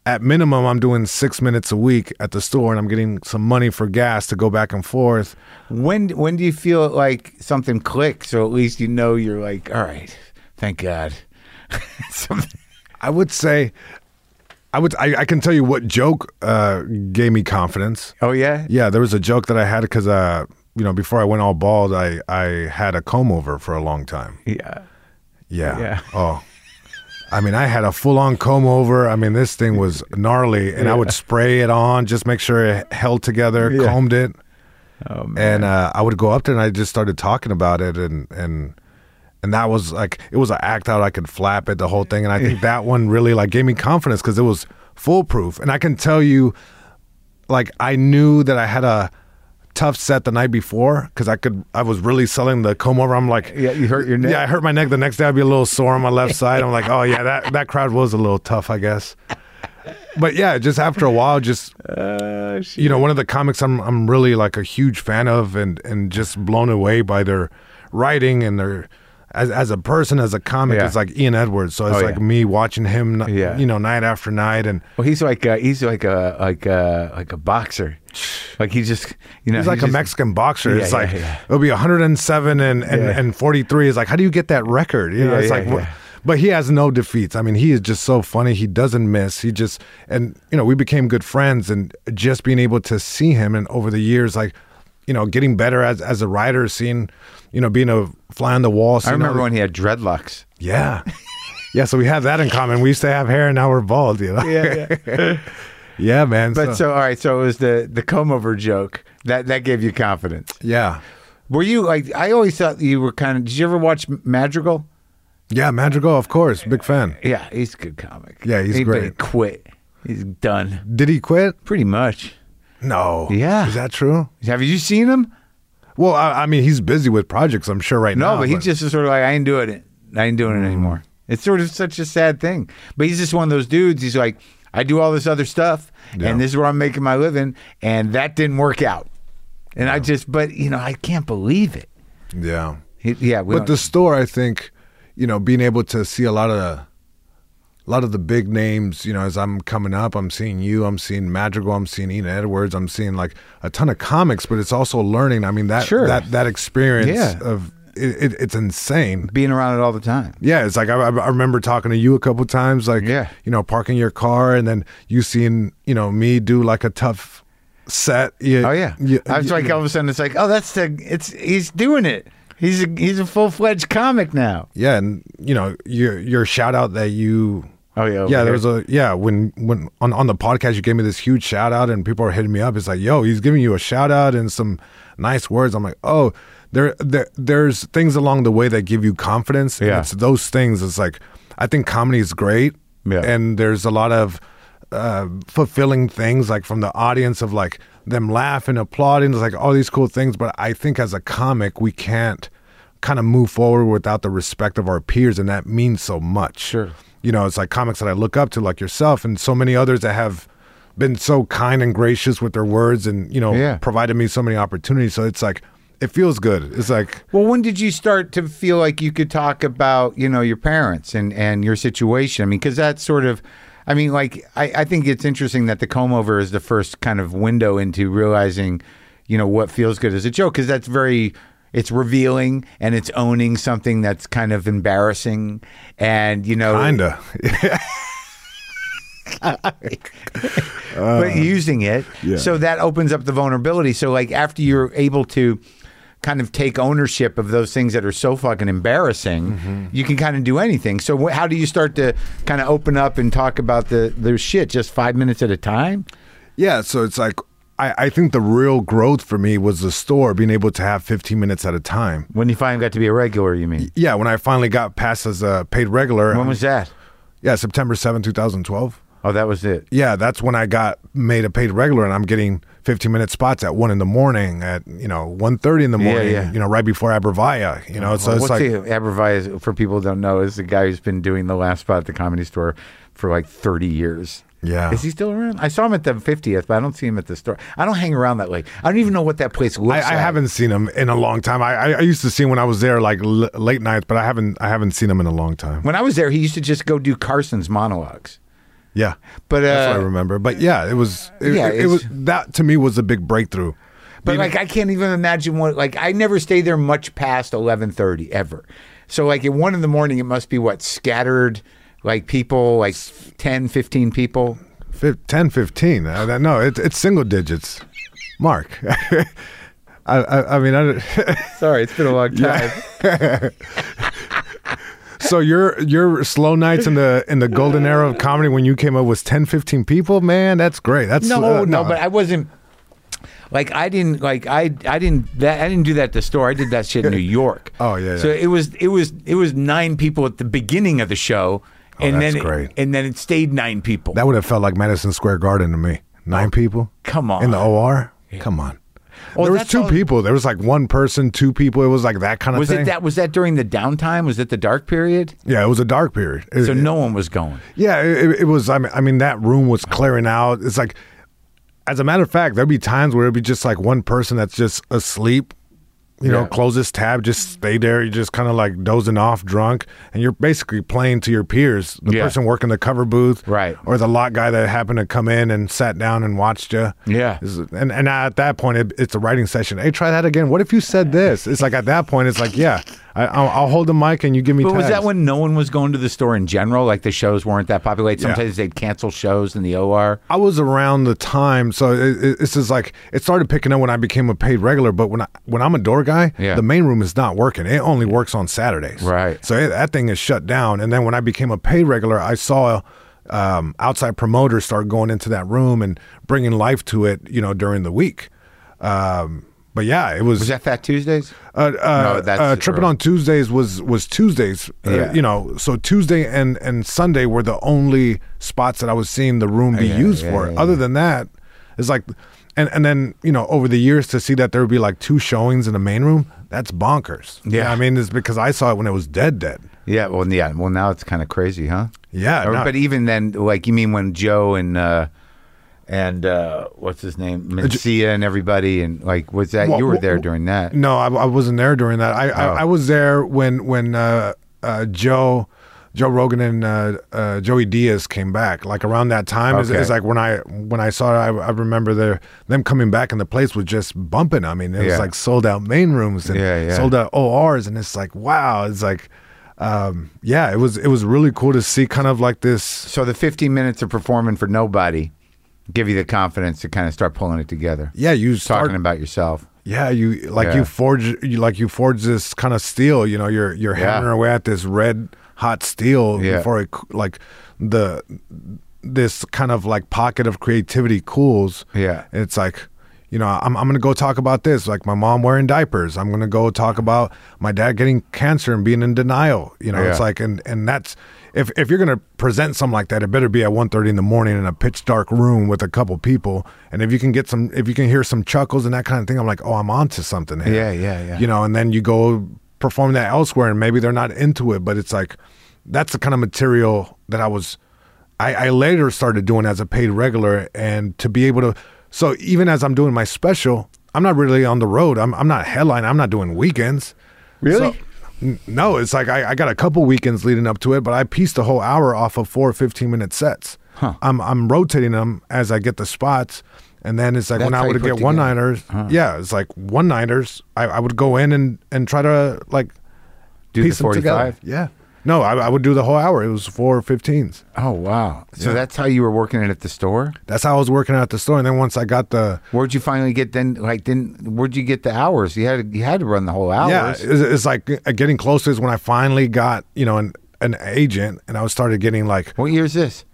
[SPEAKER 2] at minimum, I'm doing six minutes a week at the store, and I'm getting some money for gas to go back and forth.
[SPEAKER 1] When when do you feel like something clicks? So at least you know you're like, all right, thank God. <laughs> Something-
[SPEAKER 2] I would say, I would, I, I can tell you what joke uh, gave me confidence.
[SPEAKER 1] oh yeah,
[SPEAKER 2] Yeah, there was a joke that I had because, uh, you know, before I went all bald, I I had a comb over for a long time.
[SPEAKER 1] yeah.
[SPEAKER 2] Yeah.
[SPEAKER 1] Yeah.
[SPEAKER 2] Oh. I mean, I had a full on comb over. I mean, this thing was gnarly, and I would spray it on, just make sure it held together,
[SPEAKER 1] Yeah.
[SPEAKER 2] combed it.
[SPEAKER 1] Oh,
[SPEAKER 2] And uh, I would go up there and I just started talking about it, and and and that was like it was an act out. I could flap it, the whole thing, and I think that one really like gave me confidence because it was foolproof. And I can tell you, like I knew that I had a tough set the night before because I could I was really selling the comb over. I'm like,
[SPEAKER 1] Yeah, you hurt your neck.
[SPEAKER 2] yeah, I hurt my neck. The next day, I'd be a little sore on my left side. I'm like, oh yeah, that that crowd was a little tough, I guess. But yeah, just after a while, just
[SPEAKER 1] Uh, shit.
[SPEAKER 2] you know, one of the comics I'm I'm really like a huge fan of, and and just blown away by their writing and their as as a person, as a comic,
[SPEAKER 1] Yeah.
[SPEAKER 2] it's like Ian Edwards. So it's
[SPEAKER 1] Oh,
[SPEAKER 2] like
[SPEAKER 1] yeah.
[SPEAKER 2] me watching him, n-
[SPEAKER 1] Yeah.
[SPEAKER 2] you know, night after night, and
[SPEAKER 1] Well, he's like a, he's like a like a like a <sighs> boxer. Like he just you know
[SPEAKER 2] He's like a
[SPEAKER 1] just-
[SPEAKER 2] Mexican boxer.
[SPEAKER 1] Yeah,
[SPEAKER 2] it's
[SPEAKER 1] yeah,
[SPEAKER 2] like
[SPEAKER 1] yeah.
[SPEAKER 2] it'll be 107 and, and,
[SPEAKER 1] Yeah.
[SPEAKER 2] and 43. Is like, how do you get that record? You know,
[SPEAKER 1] Yeah,
[SPEAKER 2] it's
[SPEAKER 1] yeah,
[SPEAKER 2] like, wha-
[SPEAKER 1] yeah.
[SPEAKER 2] but he has no defeats. I mean, he is just so funny. He doesn't miss. He just and you know we became good friends, and just being able to see him and over the years, like you know, getting better as as a writer, seeing you know being a fly on the wall.
[SPEAKER 1] I
[SPEAKER 2] seeing
[SPEAKER 1] remember
[SPEAKER 2] all-
[SPEAKER 1] when he had dreadlocks.
[SPEAKER 2] yeah, <laughs> yeah. So we have that in common. We used to have hair, and now we're bald. You know, yeah, <laughs>
[SPEAKER 1] Yeah, yeah.
[SPEAKER 2] man.
[SPEAKER 1] <laughs> but so all right, so it was the the comb over joke that that gave you confidence.
[SPEAKER 2] yeah.
[SPEAKER 1] Were you like I always thought you were kind of? Did you ever watch Madrigal?
[SPEAKER 2] Yeah, Madrigal, of course, big fan.
[SPEAKER 1] Yeah, he's a good comic.
[SPEAKER 2] Yeah, he's
[SPEAKER 1] he, but He
[SPEAKER 2] great.
[SPEAKER 1] quit. He's done.
[SPEAKER 2] Did he quit?
[SPEAKER 1] Pretty much.
[SPEAKER 2] No.
[SPEAKER 1] Yeah.
[SPEAKER 2] Is that true?
[SPEAKER 1] Have you seen him?
[SPEAKER 2] Well, I, I mean, he's busy with projects, I'm sure, right
[SPEAKER 1] No,
[SPEAKER 2] now.
[SPEAKER 1] but he just is sort of like, I ain't doing it. I ain't doing
[SPEAKER 2] Mm.
[SPEAKER 1] it anymore. It's sort of such a sad thing. But he's just one of those dudes. He's like, I do all this other stuff,
[SPEAKER 2] Yeah.
[SPEAKER 1] and this is where I'm making my living, and that didn't work out. And I just, but you know, I can't believe it.
[SPEAKER 2] Yeah.
[SPEAKER 1] He- yeah, we
[SPEAKER 2] But
[SPEAKER 1] don't-
[SPEAKER 2] the store, I think, you know, being able to see a lot of the, a lot of the big names, you know, as I'm coming up, I'm seeing you, I'm seeing Madrigal, I'm seeing Ian Edwards, I'm seeing like a ton of comics, but it's also learning. I mean, that
[SPEAKER 1] Sure.
[SPEAKER 2] that that experience
[SPEAKER 1] Yeah.
[SPEAKER 2] of it, it, it's insane.
[SPEAKER 1] being around it all the time.
[SPEAKER 2] Yeah, it's like I, I I remember talking to you a couple times, like
[SPEAKER 1] Yeah.
[SPEAKER 2] you know, parking your car, and then you seeing you know me do like a tough set.
[SPEAKER 1] Oh yeah,
[SPEAKER 2] you,
[SPEAKER 1] I was
[SPEAKER 2] you-
[SPEAKER 1] like, all of a sudden, it's like, oh, that's the, it's he's doing it. He's a he's a full fledged comic now.
[SPEAKER 2] yeah, and you know your your shout out that you.
[SPEAKER 1] Oh yeah, over
[SPEAKER 2] yeah,
[SPEAKER 1] here.
[SPEAKER 2] there was a yeah when when on on the podcast you gave me this huge shout out and people are hitting me up. It's like, yo, he's giving you a shout out and some nice words. I'm like, oh, there there there's things along the way that give you confidence. and
[SPEAKER 1] Yeah.
[SPEAKER 2] it's those things. It's like I think comedy is great.
[SPEAKER 1] Yeah.
[SPEAKER 2] and there's a lot of uh, fulfilling things like from the audience of like them laugh and applauding. It's like all these cool things. But I think as a comic, we can't kind of move forward without the respect of our peers, and that means so much.
[SPEAKER 1] Sure.
[SPEAKER 2] You know, it's like comics that I look up to, like yourself, and so many others that have been so kind and gracious with their words, and you know,
[SPEAKER 1] Yeah.
[SPEAKER 2] provided me so many opportunities. So it's like it feels good. It's like
[SPEAKER 1] Well, when did you start to feel like you could talk about, you know, your parents and, and your situation? I mean, because that's sort of, I mean, like, I, I think it's interesting that the comb over is the first kind of window into realizing, you know, what feels good as a joke, because that's very, it's revealing and it's owning something that's kind of embarrassing. And, you know,
[SPEAKER 2] kinda.
[SPEAKER 1] but using it. So that opens up the vulnerability. So like after you're able to kind of take ownership of those things that are so fucking embarrassing, you can kind of do anything. So wh- how do you start to kind of open up and talk about the the shit just 5 minutes at a time?
[SPEAKER 2] Yeah, so it's like I, I think the real growth for me was the store being able to have 15 minutes at a time.
[SPEAKER 1] When you finally got to be a regular, you mean?
[SPEAKER 2] Yeah, when I finally got passed as a paid regular.
[SPEAKER 1] When was that?
[SPEAKER 2] yeah, September seventh, two 2012.
[SPEAKER 1] Oh, that was it.
[SPEAKER 2] Yeah, that's when I got made a paid regular, and I'm getting 15 minute spots at one in the morning, at you know 1:30 in the
[SPEAKER 1] Yeah,
[SPEAKER 2] morning,
[SPEAKER 1] yeah. Oh,
[SPEAKER 2] you know right before Abrevaya. You know, so it's
[SPEAKER 1] What's
[SPEAKER 2] like
[SPEAKER 1] the Abervai is- for people who don't know is the guy who's been doing the last spot at the comedy store for like 30 years.
[SPEAKER 2] Yeah.
[SPEAKER 1] Is he still around? I saw him at the 50th, but I don't see him at the store. I don't hang around that late. I don't even know what that place looks
[SPEAKER 2] I,
[SPEAKER 1] like.
[SPEAKER 2] I haven't seen him in a long time. I, I, I used to see him when I was there like l- late nights, but I haven't I haven't seen him in a long time.
[SPEAKER 1] When I was there, he used to just go do Carson's monologues.
[SPEAKER 2] Yeah,
[SPEAKER 1] But, uh,
[SPEAKER 2] that's what I remember. But yeah, it was it,
[SPEAKER 1] Yeah,
[SPEAKER 2] it- it
[SPEAKER 1] it's-
[SPEAKER 2] was that to me was a big breakthrough.
[SPEAKER 1] But like I can't even imagine what like I never stay there much past eleven thirty ever. So like at one in the morning it must be what, scattered like people, like 10, 15 people.
[SPEAKER 2] Fif- 10, 15. I, I, no, it, it's single digits. Mark. <laughs> I, I, I mean, I,
[SPEAKER 1] Sorry, it's been a long time.
[SPEAKER 2] <laughs> so your your slow nights in the in the golden era of comedy when you came up was 10, 15 people. Man, that's great. That's
[SPEAKER 1] No,
[SPEAKER 2] uh,
[SPEAKER 1] no, but I wasn't. Like I didn't like I I didn't that I didn't do that at the store. I did that shit in
[SPEAKER 2] <laughs>
[SPEAKER 1] New York.
[SPEAKER 2] Oh, yeah,
[SPEAKER 1] So
[SPEAKER 2] yeah.
[SPEAKER 1] it was it was it was nine people at the beginning of the show, and
[SPEAKER 2] Oh, that's
[SPEAKER 1] then it-
[SPEAKER 2] great.
[SPEAKER 1] and then it stayed nine people.
[SPEAKER 2] that would have felt like Madison Square Garden to me. Nine people.
[SPEAKER 1] Come on.
[SPEAKER 2] In the OR. Come on.
[SPEAKER 1] Oh,
[SPEAKER 2] there was
[SPEAKER 1] that's
[SPEAKER 2] two
[SPEAKER 1] all-
[SPEAKER 2] people. There was like one person, two people. It was like that kind of
[SPEAKER 1] was
[SPEAKER 2] thing.
[SPEAKER 1] it that was that during the downtime? Was it the dark period?
[SPEAKER 2] yeah, it was a dark period. It-
[SPEAKER 1] So no one was going.
[SPEAKER 2] Yeah, it, it was. I mean, I mean, that room was clearing out. It's like, as a matter of fact, there'd be times where it'd be just like one person that's just asleep. You know,
[SPEAKER 1] Yeah.
[SPEAKER 2] close this tab, just stay there. You're just kind of like dozing off, drunk, and you're basically playing to your peers. The
[SPEAKER 1] Yeah.
[SPEAKER 2] person working the cover booth,
[SPEAKER 1] Right.
[SPEAKER 2] or the lot guy that happened to come in and sat down and watched you.
[SPEAKER 1] Yeah.
[SPEAKER 2] This is- and and at that point, it, it's a writing session. Hey, try that again. What if you said this? It's like at that point, it's like, yeah, I, I'll, I'll hold the mic and you give me.
[SPEAKER 1] But was
[SPEAKER 2] tabs.
[SPEAKER 1] that when no one was going to the store in general? Like the shows weren't that popular. Like,
[SPEAKER 2] Yeah.
[SPEAKER 1] Sometimes they'd cancel shows in the OR.
[SPEAKER 2] I was around the time, so it, it, this is like it started picking up when I became a paid regular. But when I when I'm a door guy,
[SPEAKER 1] Yeah.
[SPEAKER 2] the main room is not working; it only works on Saturdays.
[SPEAKER 1] Right.
[SPEAKER 2] So it, that thing is shut down. And then when I became a paid regular, I saw um, outside promoters start going into that room and bringing life to it. You know, during the week. Um, but yeah, it was.
[SPEAKER 1] Was that Fat Tuesdays?
[SPEAKER 2] uh, uh,
[SPEAKER 1] No, that's
[SPEAKER 2] uh, tripping
[SPEAKER 1] early.
[SPEAKER 2] on Tuesdays was was Tuesdays. uh,
[SPEAKER 1] Yeah.
[SPEAKER 2] you know, so Tuesday and and Sunday were the only spots that I was seeing the room be
[SPEAKER 1] Yeah,
[SPEAKER 2] used
[SPEAKER 1] yeah,
[SPEAKER 2] for.
[SPEAKER 1] yeah,
[SPEAKER 2] it.
[SPEAKER 1] yeah.
[SPEAKER 2] Other than that, it's like, and and then you know over the years to see that there would be like two showings in the main room. That's bonkers.
[SPEAKER 1] Yeah.
[SPEAKER 2] I mean it's because I saw it when it was dead dead.
[SPEAKER 1] Yeah. Well, yeah. Well, now it's kind of crazy, huh?
[SPEAKER 2] Yeah,
[SPEAKER 1] Or-
[SPEAKER 2] no.
[SPEAKER 1] but even then, like you mean when Joe and uh, and uh, what's his name, Mencia and everybody, and like was that
[SPEAKER 2] Well,
[SPEAKER 1] you were
[SPEAKER 2] well,
[SPEAKER 1] there
[SPEAKER 2] well,
[SPEAKER 1] during that?
[SPEAKER 2] No, I, I wasn't there during that. I,
[SPEAKER 1] Oh.
[SPEAKER 2] I, I was there when when uh, uh, Joe Joe Rogan and uh, uh, Joey Diaz came back. Like around that time, it's,
[SPEAKER 1] Okay.
[SPEAKER 2] it's like when I when I saw it, I, I remember the, them coming back and the place was just bumping. I mean, it
[SPEAKER 1] Yeah.
[SPEAKER 2] was like sold out main rooms and
[SPEAKER 1] Yeah, yeah.
[SPEAKER 2] sold out ORs, and it's like wow, it's like um, yeah, it was it was really cool to see kind of like this.
[SPEAKER 1] So the 15 minutes of performing for nobody give you the confidence to kind of start pulling it together,
[SPEAKER 2] Yeah, you start
[SPEAKER 1] talking about yourself.
[SPEAKER 2] Yeah, you like
[SPEAKER 1] Yeah.
[SPEAKER 2] you forge you like you forge this kind of steel. You know, you're you're
[SPEAKER 1] Yeah.
[SPEAKER 2] hammering away at this red hot steel
[SPEAKER 1] Yeah.
[SPEAKER 2] before it c- like the this kind of like pocket of creativity cools.
[SPEAKER 1] Yeah.
[SPEAKER 2] And it's like. You know, I'm, I'm gonna go talk about this, like my mom wearing diapers. I'm gonna go talk about my dad getting cancer and being in denial. You know, it's
[SPEAKER 1] Yeah.
[SPEAKER 2] like, and and that's if if you're gonna present something like that, it better be at 1.30 in the morning in a pitch dark room with a couple people. And if you can get some, if you can hear some chuckles and that kind of thing, I'm like, oh, I'm onto something. Here.
[SPEAKER 1] Yeah, yeah, yeah.
[SPEAKER 2] You know, and then you go perform that elsewhere, and maybe they're not into it, but it's like that's the kind of material that I was. I, I later started doing as a paid regular, and to be able to. So even as I'm doing my special, I'm not really on the road. I'm I'm not headline. I'm not doing weekends.
[SPEAKER 1] Really?
[SPEAKER 2] So- N- no, it's like I, I got a couple weekends leading up to it, but I pieced a whole hour off of four 15 minute sets. I'm I'm rotating them as I get the spots. And then it's like when
[SPEAKER 1] That's how
[SPEAKER 2] I
[SPEAKER 1] you
[SPEAKER 2] would
[SPEAKER 1] put
[SPEAKER 2] get one niners, yeah, it's like one niners. I, I would go in and, and try to like
[SPEAKER 1] Do
[SPEAKER 2] piece
[SPEAKER 1] the
[SPEAKER 2] them together.
[SPEAKER 1] 45?
[SPEAKER 2] Yeah, no, I, I would do the whole hour. It was four 15s.
[SPEAKER 1] Oh wow! So that's how you were working it at the store.
[SPEAKER 2] That's how I was working out at the store. And then once I got the
[SPEAKER 1] Where'd you finally get then? Like, didn't where'd you get the hours? You had you had to run the whole hours.
[SPEAKER 2] Yeah, it's, it's like uh, getting closer is when I finally got you know an an agent, and I was started getting like.
[SPEAKER 1] What year is this?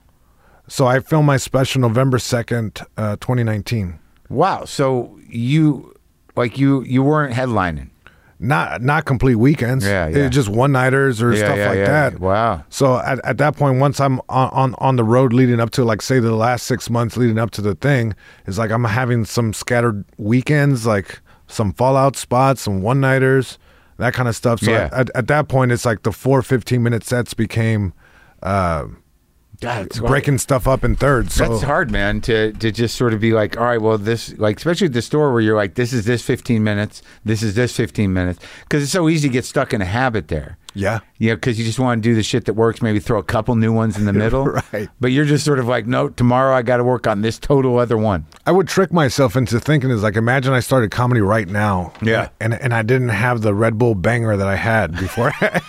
[SPEAKER 2] So I filmed my special November second, uh, twenty nineteen.
[SPEAKER 1] Wow. So you like you you weren't headlining.
[SPEAKER 2] Not not complete weekends.
[SPEAKER 1] Yeah,
[SPEAKER 2] It-
[SPEAKER 1] yeah.
[SPEAKER 2] just one nighters or stuff like that.
[SPEAKER 1] Wow.
[SPEAKER 2] So at, at that point, once I'm on, on on the road leading up to like say the last six months leading up to the thing, is like I'm having some scattered weekends, like some fallout spots, some one nighters, that kind of stuff. So
[SPEAKER 1] Yeah.
[SPEAKER 2] at, at that point, it's like the four 15 minute sets became uh,
[SPEAKER 1] That's
[SPEAKER 2] breaking stuff up in thirds. So
[SPEAKER 1] That's hard, man, to to just sort of be like, all right, well, this like especially at the store where you're like, this is this 15 minutes, this is this 15 minutes, because it's so easy to get stuck in a habit there.
[SPEAKER 2] yeah,
[SPEAKER 1] You know, because you just want to do the shit that works. Maybe throw a couple new ones
[SPEAKER 2] <laughs>
[SPEAKER 1] in the middle.
[SPEAKER 2] Right.
[SPEAKER 1] But you're just sort of like, no, tomorrow I got to work on this total other one.
[SPEAKER 2] I would trick myself into thinking is like imagine I started comedy right now.
[SPEAKER 1] Yeah.
[SPEAKER 2] And and I didn't have the Red Bull banger that I had before. <laughs>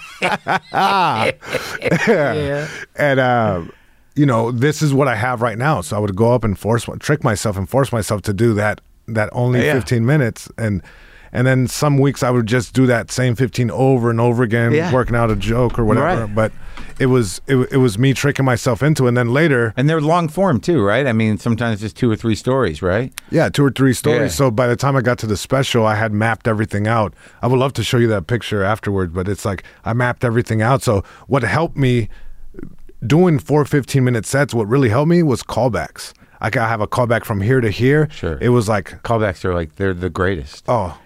[SPEAKER 1] Yeah.
[SPEAKER 2] and uh, you know, this is what I have right now. So I would go up and force trick myself and force myself to do that that only
[SPEAKER 1] Yeah.
[SPEAKER 2] 15 minutes and and then some weeks I would just do that same 15 over and over again
[SPEAKER 1] Yeah.
[SPEAKER 2] working out a joke or whatever.
[SPEAKER 1] Right.
[SPEAKER 2] But it was it, it was me tricking myself into it. and then later
[SPEAKER 1] And they're long form too, right? I mean, sometimes it's two or three stories, right?
[SPEAKER 2] Yeah, two or three stories.
[SPEAKER 1] Yeah.
[SPEAKER 2] So by the time I got to the special, I had mapped everything out. I would love to show you that picture afterward, but it's like I mapped everything out. So what helped me doing four 15 minute sets, what really helped me was callbacks. I could have a callback from here to here.
[SPEAKER 1] Sure.
[SPEAKER 2] It was like,
[SPEAKER 1] Callbacks are like they're the greatest.
[SPEAKER 2] oh,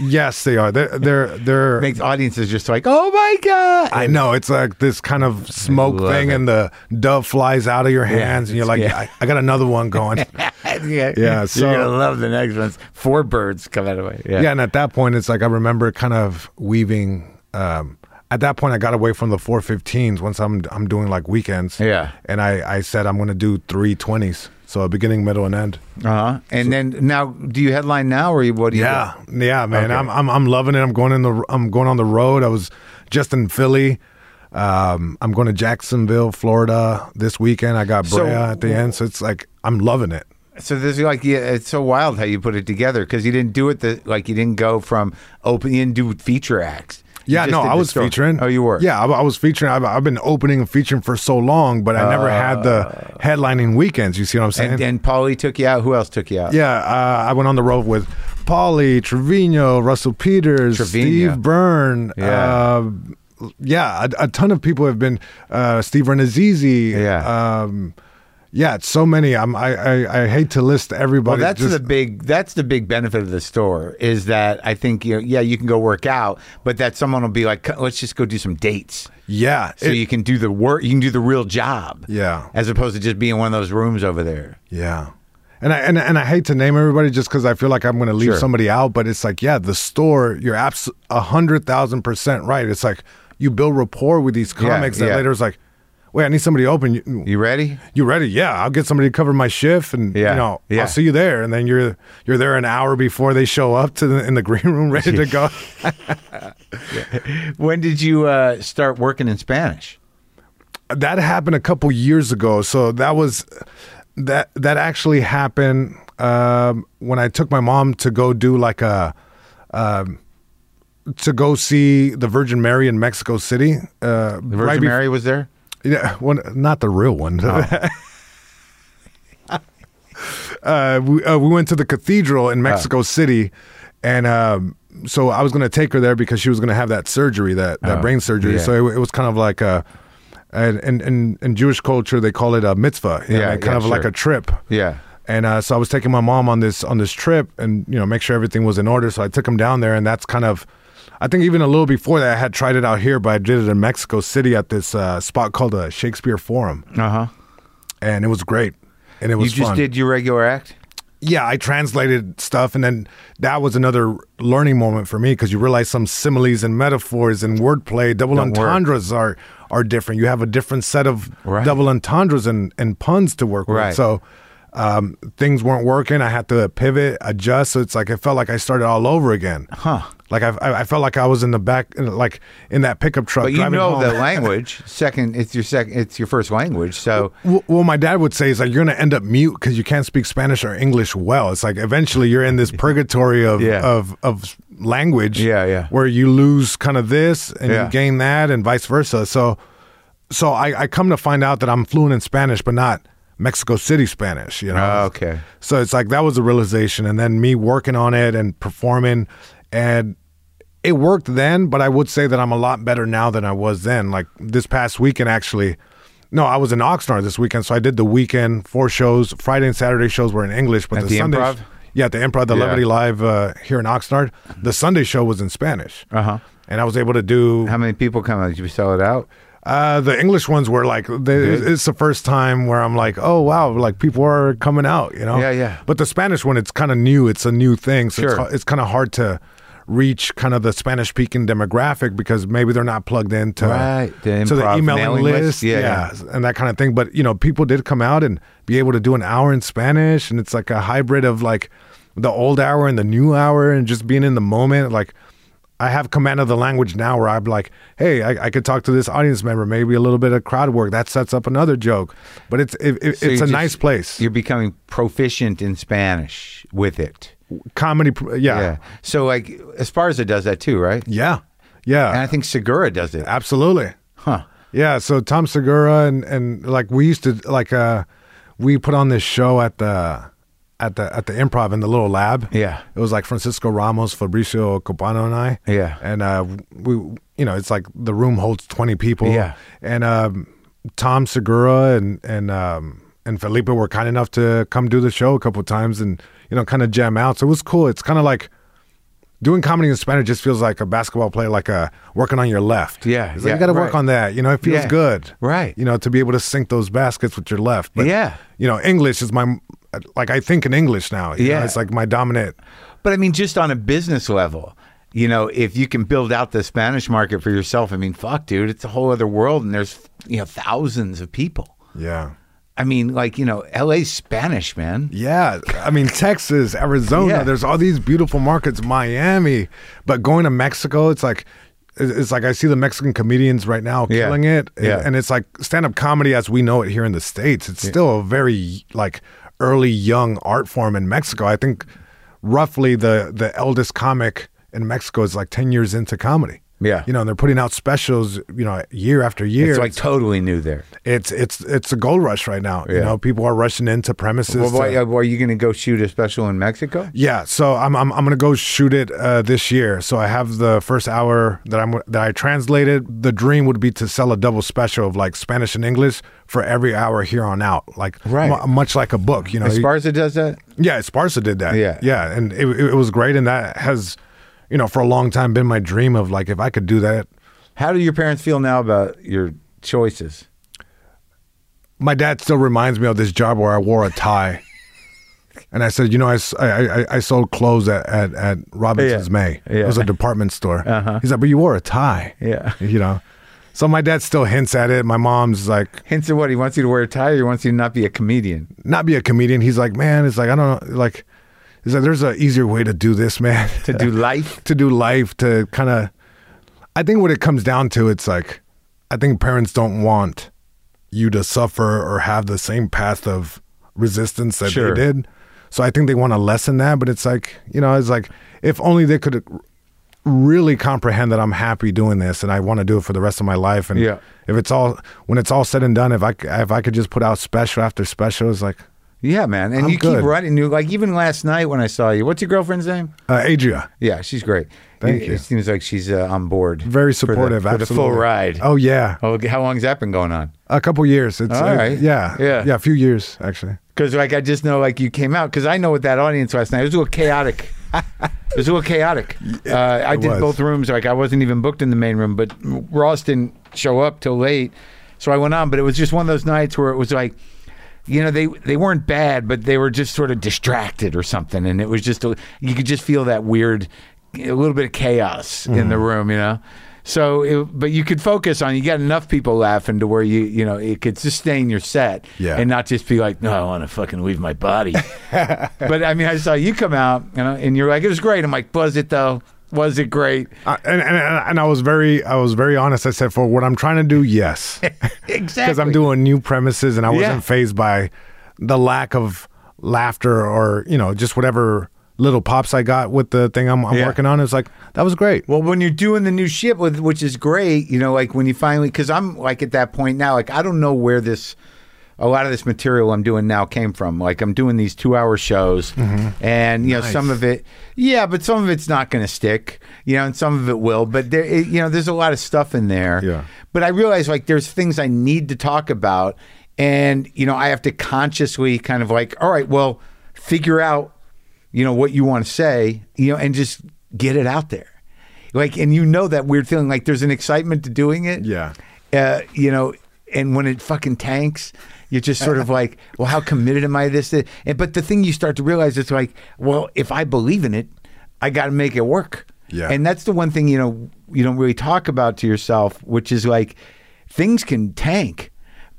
[SPEAKER 2] yes, they are. They're,
[SPEAKER 1] <laughs>
[SPEAKER 2] they're, they're,
[SPEAKER 1] Makes audiences just like, oh my god.
[SPEAKER 2] I know it's like this kind of smoke
[SPEAKER 1] love
[SPEAKER 2] thing,
[SPEAKER 1] it.
[SPEAKER 2] and the dove flies out of your hands, and you're like,
[SPEAKER 1] yeah.
[SPEAKER 2] I, I got another
[SPEAKER 1] <laughs>
[SPEAKER 2] one going.
[SPEAKER 1] yeah,
[SPEAKER 2] so-
[SPEAKER 1] you're gonna love the next ones. Four birds come out of the way. Yeah,
[SPEAKER 2] yeah and at that point it's like i remember kind of weaving um at that point i got away from the 415s once i'm i'm doing like weekends
[SPEAKER 1] Yeah.
[SPEAKER 2] and i i said i'm gonna do 320s so a beginning middle and end
[SPEAKER 1] Uh-huh. And then now, do you headline now, or you- what do you?
[SPEAKER 2] yeah yeah man
[SPEAKER 1] Okay.
[SPEAKER 2] I'm, I'm i'm loving it i'm going in the i'm going on the road i was just in philly um, I'm going to Jacksonville, Florida this weekend. I got Brea
[SPEAKER 1] So-
[SPEAKER 2] at the end, so it's like I'm loving it.
[SPEAKER 1] do? So this is like, yeah, it's so wild how you put it together because you didn't do it the like you didn't go from open, you didn't do feature acts. You
[SPEAKER 2] Yeah,
[SPEAKER 1] just
[SPEAKER 2] no,
[SPEAKER 1] did
[SPEAKER 2] I
[SPEAKER 1] the
[SPEAKER 2] was
[SPEAKER 1] story.
[SPEAKER 2] featuring.
[SPEAKER 1] Oh, you were.
[SPEAKER 2] Yeah, I, I was featuring. I've, I've been opening and featuring for so long, but I never had the headlining weekends. You see what I'm saying?
[SPEAKER 1] Uh. And then Paulie took you out. Who else took you out?
[SPEAKER 2] yeah, uh, I went on the road with Paulie Trevino, Russell Peters,
[SPEAKER 1] Trevino.
[SPEAKER 2] Steve Byrne.
[SPEAKER 1] Yeah.
[SPEAKER 2] Uh, yeah, a, a ton of people have been. Uh, Steve Renazizi.
[SPEAKER 1] Yeah.
[SPEAKER 2] Um, yeah, it's so many. I'm, I, I I hate to list
[SPEAKER 1] Well,
[SPEAKER 2] everybody.
[SPEAKER 1] that's
[SPEAKER 2] just-
[SPEAKER 1] the big that's the big benefit of the store is that I think you know, yeah you can go work out, but that someone will be like, let's just go do some dates.
[SPEAKER 2] yeah.
[SPEAKER 1] so
[SPEAKER 2] it-
[SPEAKER 1] you can do the work you can do the real job
[SPEAKER 2] Yeah.
[SPEAKER 1] as opposed to just being in one of those rooms over there
[SPEAKER 2] Yeah. And I and, and I hate to name everybody just because I feel like I'm going to leave
[SPEAKER 1] Sure.
[SPEAKER 2] somebody out, but it's like, yeah, the store, you're abs a hundred thousand percent right. It's like you build rapport with these comics that
[SPEAKER 1] yeah.
[SPEAKER 2] later is like, wait, I need somebody open. You,
[SPEAKER 1] you ready
[SPEAKER 2] you ready? Yeah, I'll get somebody to cover my shift, and
[SPEAKER 1] Yeah,
[SPEAKER 2] you know,
[SPEAKER 1] yeah.
[SPEAKER 2] I'll see you there. And then you're you're there an hour before they show up to the, <laughs> in the green room, ready
[SPEAKER 1] <laughs>
[SPEAKER 2] to go.
[SPEAKER 1] when did you uh, start working in spanish
[SPEAKER 2] that happened a couple years ago. So that was that that actually happened um, when I took my mom to go do like a um, to go see the Virgin Mary in Mexico City. Uh,
[SPEAKER 1] the virgin mary was there
[SPEAKER 2] yeah, one, not the real one. <laughs> uh, we, uh, we went to the cathedral in
[SPEAKER 1] Uh.
[SPEAKER 2] Mexico City, and um, so I was going to take her there because she was going to have that surgery, that, that
[SPEAKER 1] Oh,
[SPEAKER 2] brain surgery.
[SPEAKER 1] yeah.
[SPEAKER 2] So it, it was kind of like a. and and and in Jewish culture they call it a mitzvah. you know,
[SPEAKER 1] Yeah,
[SPEAKER 2] like,
[SPEAKER 1] yeah,
[SPEAKER 2] kind of like
[SPEAKER 1] sure.
[SPEAKER 2] a trip.
[SPEAKER 1] Yeah.
[SPEAKER 2] And uh, so I was taking my mom on this on this trip, and you know, make sure everything was in order. So I took him down there, and that's kind of, I think even a little before that, I had tried it out here, but I did it in Mexico City at this uh, spot called the Shakespeare Forum,
[SPEAKER 1] Uh huh.
[SPEAKER 2] and it was great, and it
[SPEAKER 1] You
[SPEAKER 2] was
[SPEAKER 1] just
[SPEAKER 2] fun.
[SPEAKER 1] did your regular act.
[SPEAKER 2] yeah, I translated stuff, and then that was another learning moment for me because you realize some similes and metaphors and wordplay, double
[SPEAKER 1] Don't work.
[SPEAKER 2] entendres are are different. You have a different set of
[SPEAKER 1] Right.
[SPEAKER 2] double entendres and, and puns to work
[SPEAKER 1] Right.
[SPEAKER 2] with. So um, things weren't working. I had to pivot, adjust. So it's like it felt like I started all over again.
[SPEAKER 1] Huh.
[SPEAKER 2] Like I, I I felt like I was in the back, like in that pickup truck.
[SPEAKER 1] But you
[SPEAKER 2] driving
[SPEAKER 1] know
[SPEAKER 2] home. <laughs>
[SPEAKER 1] the language. Second, it's your second. It's your first language. So
[SPEAKER 2] Well, well, my dad would say is like you're going to end up mute because you can't speak Spanish or English well. It's like eventually you're
[SPEAKER 1] <laughs>
[SPEAKER 2] in this purgatory of
[SPEAKER 1] Yeah.
[SPEAKER 2] of of language.
[SPEAKER 1] Yeah, yeah.
[SPEAKER 2] Where you lose kind of this and
[SPEAKER 1] Yeah.
[SPEAKER 2] you gain that, and vice versa. So, so I, I come to find out that I'm fluent in Spanish, but not Mexico City Spanish. You know.
[SPEAKER 1] Oh, okay.
[SPEAKER 2] So it's like that was a realization, and then me working on it and performing, and it worked then. But I would say that I'm a lot better now than I was then. Like this past weekend, actually, no, I was in Oxnard this weekend, so I did the weekend four shows. Friday and Saturday shows were in English, but
[SPEAKER 1] At
[SPEAKER 2] the,
[SPEAKER 1] the
[SPEAKER 2] Sunday,
[SPEAKER 1] Improv?
[SPEAKER 2] yeah, at the Improv, the
[SPEAKER 1] Yeah.
[SPEAKER 2] Levity Live uh, here in Oxnard, the Sunday show was in Spanish,
[SPEAKER 1] Uh-huh.
[SPEAKER 2] and I was able to do
[SPEAKER 1] how many people come out? Did you sell it out?
[SPEAKER 2] uh, the English ones were like, they, it's the first time where I'm like, oh wow, like people are coming out, you know?
[SPEAKER 1] Yeah, yeah.
[SPEAKER 2] But the Spanish one, it's kind of new. It's a new thing, so
[SPEAKER 1] Sure.
[SPEAKER 2] it's, it's kind of hard to reach kind of the Spanish speaking demographic because maybe they're not plugged into
[SPEAKER 1] Right, the
[SPEAKER 2] to the
[SPEAKER 1] improv
[SPEAKER 2] emailing
[SPEAKER 1] mailing
[SPEAKER 2] list,
[SPEAKER 1] list. Yeah,
[SPEAKER 2] and that kind of thing. But you know, people did come out and be able to do an hour in Spanish, and it's like a hybrid of like the old hour and the new hour, and just being in the moment, like. I have command of the language now where I'm like, hey, I, I could talk to this audience member, maybe a little bit of crowd work. That sets up another joke. But it's it, it,
[SPEAKER 1] So
[SPEAKER 2] it's a
[SPEAKER 1] you're just-
[SPEAKER 2] nice place.
[SPEAKER 1] You're becoming proficient in Spanish with it.
[SPEAKER 2] Comedy, pr- yeah.
[SPEAKER 1] Yeah. So like Esparza does that too, right?
[SPEAKER 2] Yeah. Yeah.
[SPEAKER 1] And I think Segura does it.
[SPEAKER 2] Absolutely.
[SPEAKER 1] Huh.
[SPEAKER 2] Yeah. So Tom Segura and, and like we used to, like, uh, we put on this show at the. At the at the improv in the little lab,
[SPEAKER 1] Yeah.
[SPEAKER 2] it was like Francisco Ramos, Fabricio Copano, and I,
[SPEAKER 1] Yeah.
[SPEAKER 2] and uh, we, you know, it's like the room holds twenty people,
[SPEAKER 1] Yeah.
[SPEAKER 2] and um, Tom Segura and and um, and Felipe were kind enough to come do the show a couple times and you know kind of jam out. So it was cool. It's kind of like doing comedy in Spanish just feels like a basketball player, like a working on your left.
[SPEAKER 1] Yeah,
[SPEAKER 2] It's like,
[SPEAKER 1] yeah,
[SPEAKER 2] you got to work
[SPEAKER 1] right.
[SPEAKER 2] on that. You know, it feels
[SPEAKER 1] Yeah,
[SPEAKER 2] good.
[SPEAKER 1] right.
[SPEAKER 2] You know, to be able to sink those baskets with your left.
[SPEAKER 1] Yeah.
[SPEAKER 2] You know, English is my like I think in English now. you know,
[SPEAKER 1] Yeah.
[SPEAKER 2] it's like my dominant.
[SPEAKER 1] But I mean, just on a business level, you know, if you can build out the Spanish market for yourself, I mean, fuck, dude, it's a whole other world, and there's you know thousands of people.
[SPEAKER 2] Yeah.
[SPEAKER 1] I mean, like you know, LA's Spanish, man.
[SPEAKER 2] Yeah, I mean Texas, Arizona.
[SPEAKER 1] Yeah.
[SPEAKER 2] There's all these beautiful markets, Miami. But going to Mexico, it's like it's it's like I see the Mexican comedians right now
[SPEAKER 1] Yeah.
[SPEAKER 2] killing it,
[SPEAKER 1] Yeah.
[SPEAKER 2] and it's like stand-up comedy as we know it here in the states. It's still a very like early young art form in Mexico. I think roughly the the eldest comic in Mexico is like ten years into comedy.
[SPEAKER 1] Yeah.
[SPEAKER 2] you know, and they're putting out specials, you know, year after year.
[SPEAKER 1] It's like totally new there.
[SPEAKER 2] it's it's it's a gold rush right now. You
[SPEAKER 1] Yeah.
[SPEAKER 2] know, people are rushing into premises.
[SPEAKER 1] Well,
[SPEAKER 2] to-
[SPEAKER 1] why, are you going to go shoot a special in Mexico?
[SPEAKER 2] yeah, so I'm I'm I'm gonna go shoot it uh, this year. So I have the first hour that I'm that I translated. The dream would be to sell a double special of like Spanish and English for every hour here on out, like
[SPEAKER 1] Right.
[SPEAKER 2] mu- much like a book, you know.
[SPEAKER 1] Esparza does that.
[SPEAKER 2] yeah, Esparza did that.
[SPEAKER 1] Yeah.
[SPEAKER 2] yeah, and it it it was great, and that has, you know, for a long time been my dream of like if I could do that.
[SPEAKER 1] How do your parents feel now about your choices?
[SPEAKER 2] My dad still reminds me of this job where I wore a tie. And I said, you know, I, s- I- I- I sold clothes at, at, at Robinson's
[SPEAKER 1] Yeah.
[SPEAKER 2] May.
[SPEAKER 1] Yeah. Uh-huh.
[SPEAKER 2] It was a department store. He's like, but you wore a tie.
[SPEAKER 1] Yeah.
[SPEAKER 2] You know? So my dad still hints at it. My mom's like,
[SPEAKER 1] <laughs> Hints at what he wants you to wear a tie, or he wants you to not be a comedian.
[SPEAKER 2] not be a comedian. He's like, man, it's like, I don't know. Like, he's like, there's an easier way to do this, man.
[SPEAKER 1] To
[SPEAKER 2] <laughs>
[SPEAKER 1] do life,
[SPEAKER 2] to do life, to kind of. I think what it comes down to, it's like, I think parents don't want you to suffer or have the same path of resistance that
[SPEAKER 1] Sure.
[SPEAKER 2] they did. So I think they want to lessen that, but it's like, you know, it's like, if only they could really comprehend that I'm happy doing this and I want to do it for the rest of my life. And
[SPEAKER 1] Yeah.
[SPEAKER 2] if it's all, when it's all said and done, if I, c- if I could just put out special after special, it's like,
[SPEAKER 1] Yeah, man. And
[SPEAKER 2] I'm
[SPEAKER 1] you
[SPEAKER 2] good.
[SPEAKER 1] keep running. You like even last night when I saw you. What's your girlfriend's name?
[SPEAKER 2] Uh, Adria,
[SPEAKER 1] Yeah, she's great.
[SPEAKER 2] Thank
[SPEAKER 1] it,
[SPEAKER 2] you.
[SPEAKER 1] It seems like she's uh, on board.
[SPEAKER 2] very
[SPEAKER 1] for the-
[SPEAKER 2] supportive.
[SPEAKER 1] For the,
[SPEAKER 2] absolutely.
[SPEAKER 1] full ride.
[SPEAKER 2] Oh yeah,
[SPEAKER 1] Oh, how long's that been going on?
[SPEAKER 2] a couple years. It's
[SPEAKER 1] All
[SPEAKER 2] uh,
[SPEAKER 1] right.
[SPEAKER 2] Yeah,
[SPEAKER 1] Yeah.
[SPEAKER 2] yeah, a few years actually.
[SPEAKER 1] Because like I just know like you came out because I know with that audience last night it was a little chaotic. <laughs> it was a little chaotic. Uh, I did
[SPEAKER 2] was.
[SPEAKER 1] both rooms. Like I wasn't even booked in the main room, but Ross didn't show up till late, so I went on. But it was just one of those nights where it was like. You know they they weren't bad, but they were just sort of distracted or something, and it was just a, you could just feel that weird, a little bit of chaos in the room, you know. So, it, but you could focus on you got enough people laughing to where you you know it could sustain your set,
[SPEAKER 2] Yeah.
[SPEAKER 1] and not just be like, no, I want to fucking leave my <laughs> body. but I mean, I saw you come out, you know, and you're like, it was great. I'm like, was it though? Was it <laughs> great?
[SPEAKER 2] I, Uh, and, and and I was very I was very honest. I said for what I'm trying to
[SPEAKER 1] <laughs>
[SPEAKER 2] do, yes,
[SPEAKER 1] Exactly.
[SPEAKER 2] because I'm doing new premises, and I wasn't
[SPEAKER 1] Yeah.
[SPEAKER 2] phased by the lack of laughter or you know just whatever little pops I got with the thing I'm, I'm
[SPEAKER 1] Yeah.
[SPEAKER 2] working on. It's like that was great.
[SPEAKER 1] Well, when you're doing the new shit, with which is great, you know, like when you finally, because I'm like at that point now, like I don't know where this, a lot of this material I'm doing now came from. Like I'm doing these two hour shows, and you know, some of it, yeah, but some of it's not going to stick, you know, and some of it will. But there, it, you know, there's a lot of stuff in there.
[SPEAKER 2] Yeah.
[SPEAKER 1] But I realize like there's things I need to talk about, and you know, I have to consciously kind of like, all right, well, figure out, you know, what you want to say, you know, and just get it out there like and you know that weird feeling like there's an excitement to doing it
[SPEAKER 2] Yeah.
[SPEAKER 1] uh, you know and when it fucking tanks you're just sort of like well how committed am i to this and, but the thing you start to realize is like well if i believe in it i got to make it work
[SPEAKER 2] Yeah.
[SPEAKER 1] and that's the one thing you know you don't really talk about to yourself which is like things can tank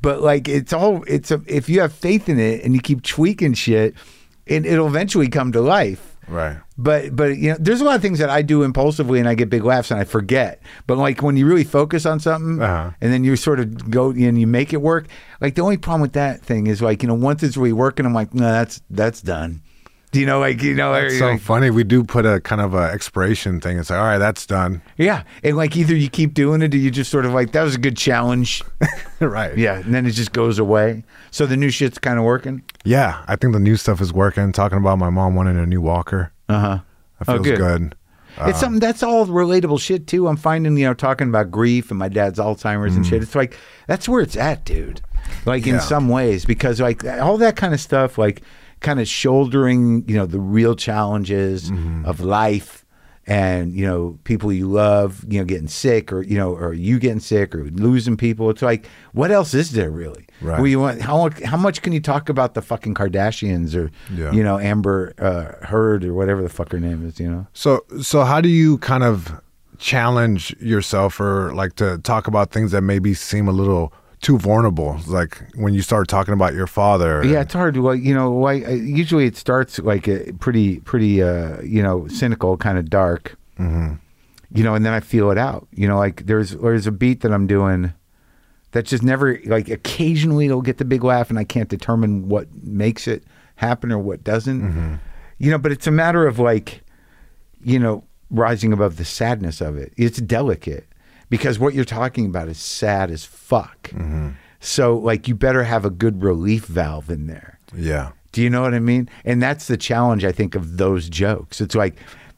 [SPEAKER 1] but like it's all it's a, if you have faith in it and you keep tweaking shit and it'll eventually come to life
[SPEAKER 2] Right.
[SPEAKER 1] but but you know, there's a lot of things that I do impulsively and I get big laughs and I forget. But like when you really focus on something
[SPEAKER 2] Uh-huh.
[SPEAKER 1] and then you sort of go and you make it work. Like the only problem with that thing is like you know once it's really working, I'm like no that's that's done. Do you know like you know
[SPEAKER 2] It's
[SPEAKER 1] like-
[SPEAKER 2] so funny. We do put a kind of a expiration thing. It's like, all right, that's
[SPEAKER 1] <laughs>
[SPEAKER 2] done.
[SPEAKER 1] yeah, and like either you keep doing it or you just sort of like that was a good
[SPEAKER 2] <laughs>
[SPEAKER 1] challenge.
[SPEAKER 2] right.
[SPEAKER 1] yeah, and then it just goes away. So the new shit's kind of working.
[SPEAKER 2] Yeah. I think the new stuff is working. Talking about my mom wanting a new walker.
[SPEAKER 1] Uh huh.
[SPEAKER 2] That
[SPEAKER 1] Oh,
[SPEAKER 2] feels
[SPEAKER 1] good.
[SPEAKER 2] good.
[SPEAKER 1] It's something that's all relatable shit too. I'm finding, you know, talking about grief and my dad's Alzheimer's and shit. It's like that's where it's at, dude. Like
[SPEAKER 2] Mm. Yeah.
[SPEAKER 1] in some ways, because like all that kind of stuff, like kind of shouldering, you know, the real challenges
[SPEAKER 2] Mm-hmm.
[SPEAKER 1] of life and, you know, people you love, you know, getting sick or, you know, or you getting sick or losing people. It's like, what else is there really?
[SPEAKER 2] Right.
[SPEAKER 1] Where you want how how much can you talk about the fucking Kardashians or
[SPEAKER 2] Yeah.
[SPEAKER 1] you know, Amber uh, Heard or whatever the fuck her name is, you know?
[SPEAKER 2] So, so how do you kind of challenge yourself or like to talk about things that maybe seem a little too vulnerable? Like when you start talking about your father.
[SPEAKER 1] Yeah, it's hard. Well, you know, why, uh, usually it starts like a pretty, pretty, uh, you know, cynical, kind of dark. You know, and then I feel it out. You know, like there's there's a beat that I'm doing that just never like occasionally it'll get the big laugh, and I can't determine what makes it happen or what doesn't. You know, but it's a matter of like, you know, rising above the sadness of it. It's delicate because what you're talking about is sad as fuck. So like, you better have a good relief valve in there.
[SPEAKER 2] Yeah.
[SPEAKER 1] Do you know what I mean? And that's the challenge I think of those jokes. It's like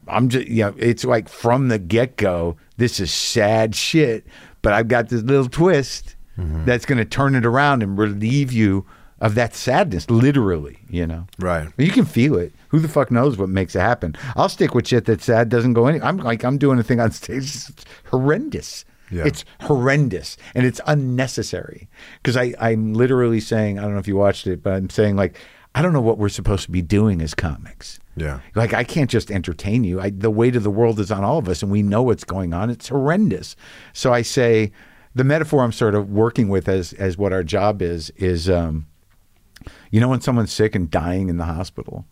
[SPEAKER 1] I'm just you know, it's like from the get go, this is sad shit, but I've got this little twist
[SPEAKER 2] Mm-hmm.
[SPEAKER 1] that's gonna turn it around and relieve you of that sadness, literally, you know.
[SPEAKER 2] Right.
[SPEAKER 1] You can feel it. Who the fuck knows what makes it happen? I'll stick with shit that's sad doesn't go any. I'm like I'm doing a thing on stage. It's horrendous.
[SPEAKER 2] Yeah.
[SPEAKER 1] It's horrendous and it's unnecessary because I I'm literally saying I don't know if you watched it, but I'm saying like I don't know what we're supposed to be doing as comics.
[SPEAKER 2] Yeah.
[SPEAKER 1] Like I can't just entertain you. I, the weight of the world is on all of us, and we know what's going on. It's horrendous. So I say, the metaphor I'm sort of working with as as what our job is is, um, you know, when someone's sick and dying in the hospital,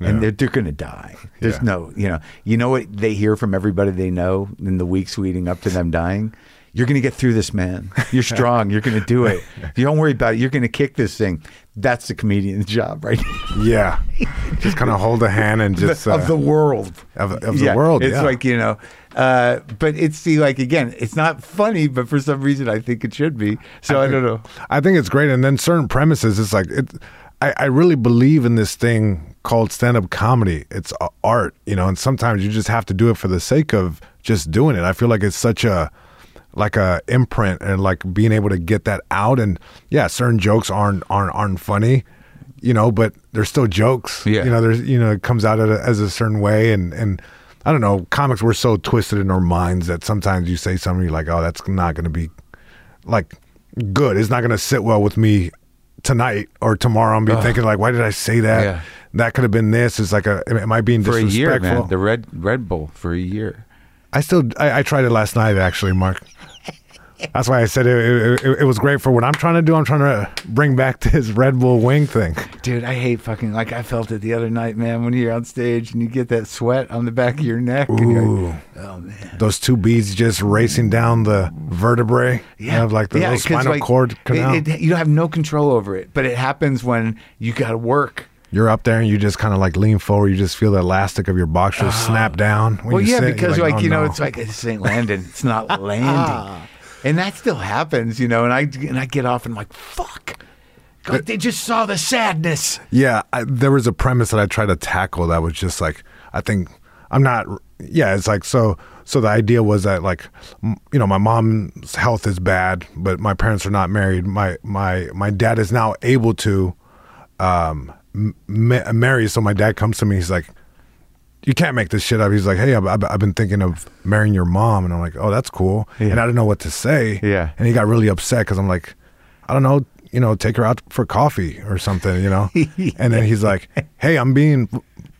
[SPEAKER 1] and they're they're gonna die. There's
[SPEAKER 2] Yeah.
[SPEAKER 1] no, you know, you know what they hear from everybody they know in the weeks leading up to them dying. You're gonna get through this, man.
[SPEAKER 2] <laughs>
[SPEAKER 1] You're strong. You're gonna do it. You don't worry about it. You're gonna kick this thing. That's the comedian's job, right?
[SPEAKER 2] Yeah. just kind of hold a hand and just uh,
[SPEAKER 1] of <laughs> the world.
[SPEAKER 2] of, of the world.
[SPEAKER 1] It's
[SPEAKER 2] yeah.
[SPEAKER 1] like, you know, uh, but it's see, like, again, it's not funny, but for some reason I think it should be. So I, don't know.
[SPEAKER 2] I think it's great. And then certain premises, it's like it. I, I really believe in this thing called stand-up comedy. It's a- art, you know, and sometimes you just have to do it for the sake of just doing it. I feel like it's such a like a imprint and like being able to get that out. And yeah, certain jokes aren't aren't aren't funny, you know, but they're still jokes.
[SPEAKER 1] Yeah.
[SPEAKER 2] you know, there's you know, it comes out at a, as a certain way, and and I don't know, comics were so twisted in our minds that sometimes you say something you're like, oh, that's not going to be like good. It's not going to sit well with me tonight or tomorrow. I'm be thinking like, why did I say that?
[SPEAKER 1] Yeah.
[SPEAKER 2] That could have been this. It's like a, am- am I being
[SPEAKER 1] for a
[SPEAKER 2] disrespectful?
[SPEAKER 1] year, man. The Red Red Bull for a year.
[SPEAKER 2] I still, I, I tried it last night actually, Mark. That's why I said it, it, it, it was great for what I'm trying to do. I'm trying to bring back <laughs> this Red Bull wing thing.
[SPEAKER 1] Dude, I hate fucking like I felt it the other night, man. When you're on stage and you get that sweat on the back of your neck, and you're like,
[SPEAKER 2] Ooh, those two beads just racing down the vertebrae.
[SPEAKER 1] yeah,
[SPEAKER 2] of like the
[SPEAKER 1] yeah, 'cause,
[SPEAKER 2] little spinal
[SPEAKER 1] like,
[SPEAKER 2] cord
[SPEAKER 1] it-
[SPEAKER 2] canal.
[SPEAKER 1] it- you don't have no control over it, but it happens when you got to work.
[SPEAKER 2] You're up there and you just kind of like lean forward. You just feel the elastic of your boxers snap down. When
[SPEAKER 1] well,
[SPEAKER 2] you
[SPEAKER 1] yeah,
[SPEAKER 2] sit,
[SPEAKER 1] because
[SPEAKER 2] you're
[SPEAKER 1] like,
[SPEAKER 2] "Oh,
[SPEAKER 1] you know,
[SPEAKER 2] no."
[SPEAKER 1] it's like this ain't landing. It's
[SPEAKER 2] <laughs>
[SPEAKER 1] not landing, and that still happens, you know. And I and I get off and I'm like, fuck, like they just saw the sadness.
[SPEAKER 2] Yeah, I, there was a premise that I tried to tackle that was just like I think I'm not. Yeah, it's like so. So the idea was that like m- you know my mom's health is bad, but my parents are not married. My my my dad is now able to um, m- ma- marry. So my dad comes to me. He's like, you can't make this shit up. He's like, hey, I've, I've, I've been thinking of marrying your mom. And I'm like, oh, that's cool.
[SPEAKER 1] Yeah.
[SPEAKER 2] And I didn't know what to say.
[SPEAKER 1] Yeah.
[SPEAKER 2] And he got really upset because I'm like, I don't know, you know, take her out for coffee or something, you
[SPEAKER 1] <laughs>
[SPEAKER 2] know? and then he's like, hey, I'm being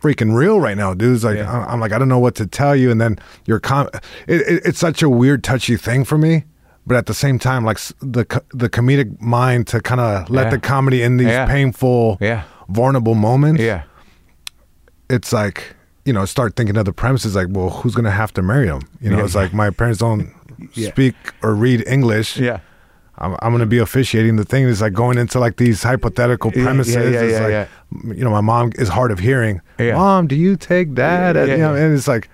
[SPEAKER 2] freaking real right now, dude. It's like,
[SPEAKER 1] Yeah.
[SPEAKER 2] I'm- I'm like, I don't know what to tell you. And then your com, it, it, it's such a weird, touchy thing for me. But at the same time, like s- the co- the comedic mind to kind of let
[SPEAKER 1] Yeah.
[SPEAKER 2] the comedy in these
[SPEAKER 1] Yeah.
[SPEAKER 2] painful,
[SPEAKER 1] Yeah.
[SPEAKER 2] vulnerable moments it's like you know start thinking of the premises like well who's gonna have to marry him you know
[SPEAKER 1] Yeah.
[SPEAKER 2] it's like my parents don't
[SPEAKER 1] <laughs> Yeah.
[SPEAKER 2] speak or read english
[SPEAKER 1] yeah.
[SPEAKER 2] I'm, I'm gonna be officiating the thing it's like going into like these hypothetical
[SPEAKER 1] Yeah, yeah,
[SPEAKER 2] premises
[SPEAKER 1] yeah,
[SPEAKER 2] it's
[SPEAKER 1] yeah,
[SPEAKER 2] like you know my mom is hard of hearing
[SPEAKER 1] Yeah.
[SPEAKER 2] mom do you take that
[SPEAKER 1] Yeah,
[SPEAKER 2] as-"
[SPEAKER 1] yeah,
[SPEAKER 2] you know,
[SPEAKER 1] yeah.
[SPEAKER 2] and it's like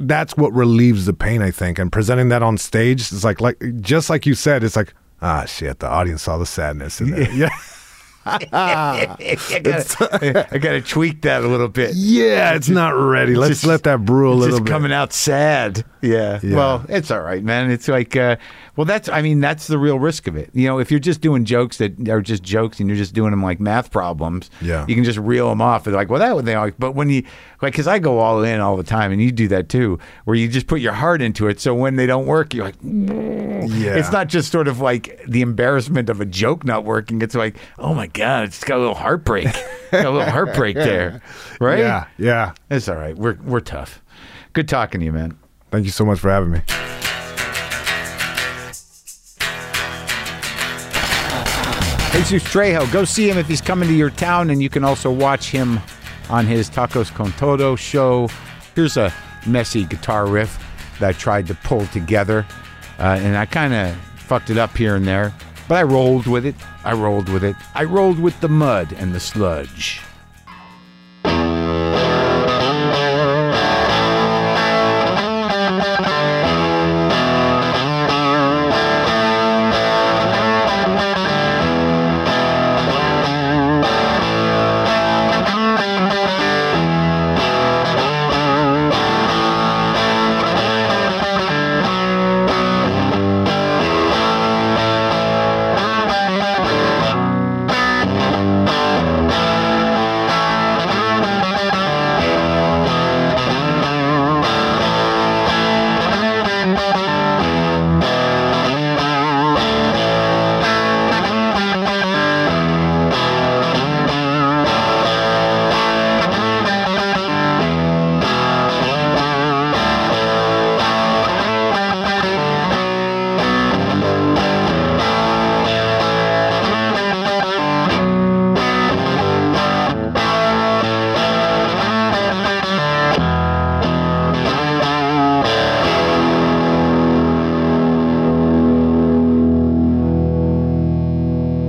[SPEAKER 2] that's what relieves the pain i think and presenting that on stage is like like just like you said it's like ah shit the audience saw the sadness in there. <laughs> yeah
[SPEAKER 1] <laughs> I
[SPEAKER 2] <laughs>
[SPEAKER 1] gotta, I gotta tweak that a little bit.
[SPEAKER 2] yeah it's not ready let's
[SPEAKER 1] Just-
[SPEAKER 2] let that brew a
[SPEAKER 1] It's
[SPEAKER 2] little
[SPEAKER 1] just
[SPEAKER 2] bit
[SPEAKER 1] coming out sad. Yeah.
[SPEAKER 2] Yeah.
[SPEAKER 1] Well, it's all right, man. It's like, uh, well, that's, I mean, that's the real risk of it. You know, if you're just doing jokes that are just jokes and you're just doing them like math problems,
[SPEAKER 2] Yeah.
[SPEAKER 1] you can just reel them off. And like, well, that would, they like, but when you, like, cause I go all in all the time and you do that too, where you just put your heart into it. So when they don't work, you're like, "Mm."
[SPEAKER 2] yeah
[SPEAKER 1] it's not just sort of like the embarrassment of a joke not working. It's like, oh my God, it's got a little heartbreak. got a little
[SPEAKER 2] <laughs>
[SPEAKER 1] heartbreak there. Right?
[SPEAKER 2] Yeah, yeah.
[SPEAKER 1] It's all right. We're we're tough. Good talking to you, man.
[SPEAKER 2] Thank you so much for having me.
[SPEAKER 1] Jesus Trejo, go see him if he's coming to your town, and you can also watch him on his Tacos Con Todo show. Here's a messy guitar riff that I tried to pull together, uh, and I kind of fucked it up here and there, but I rolled with it. I rolled with it. I rolled with the mud and the sludge.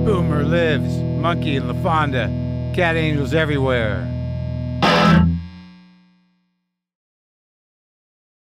[SPEAKER 1] Boomer lives, monkey and LaFonda, cat angels everywhere.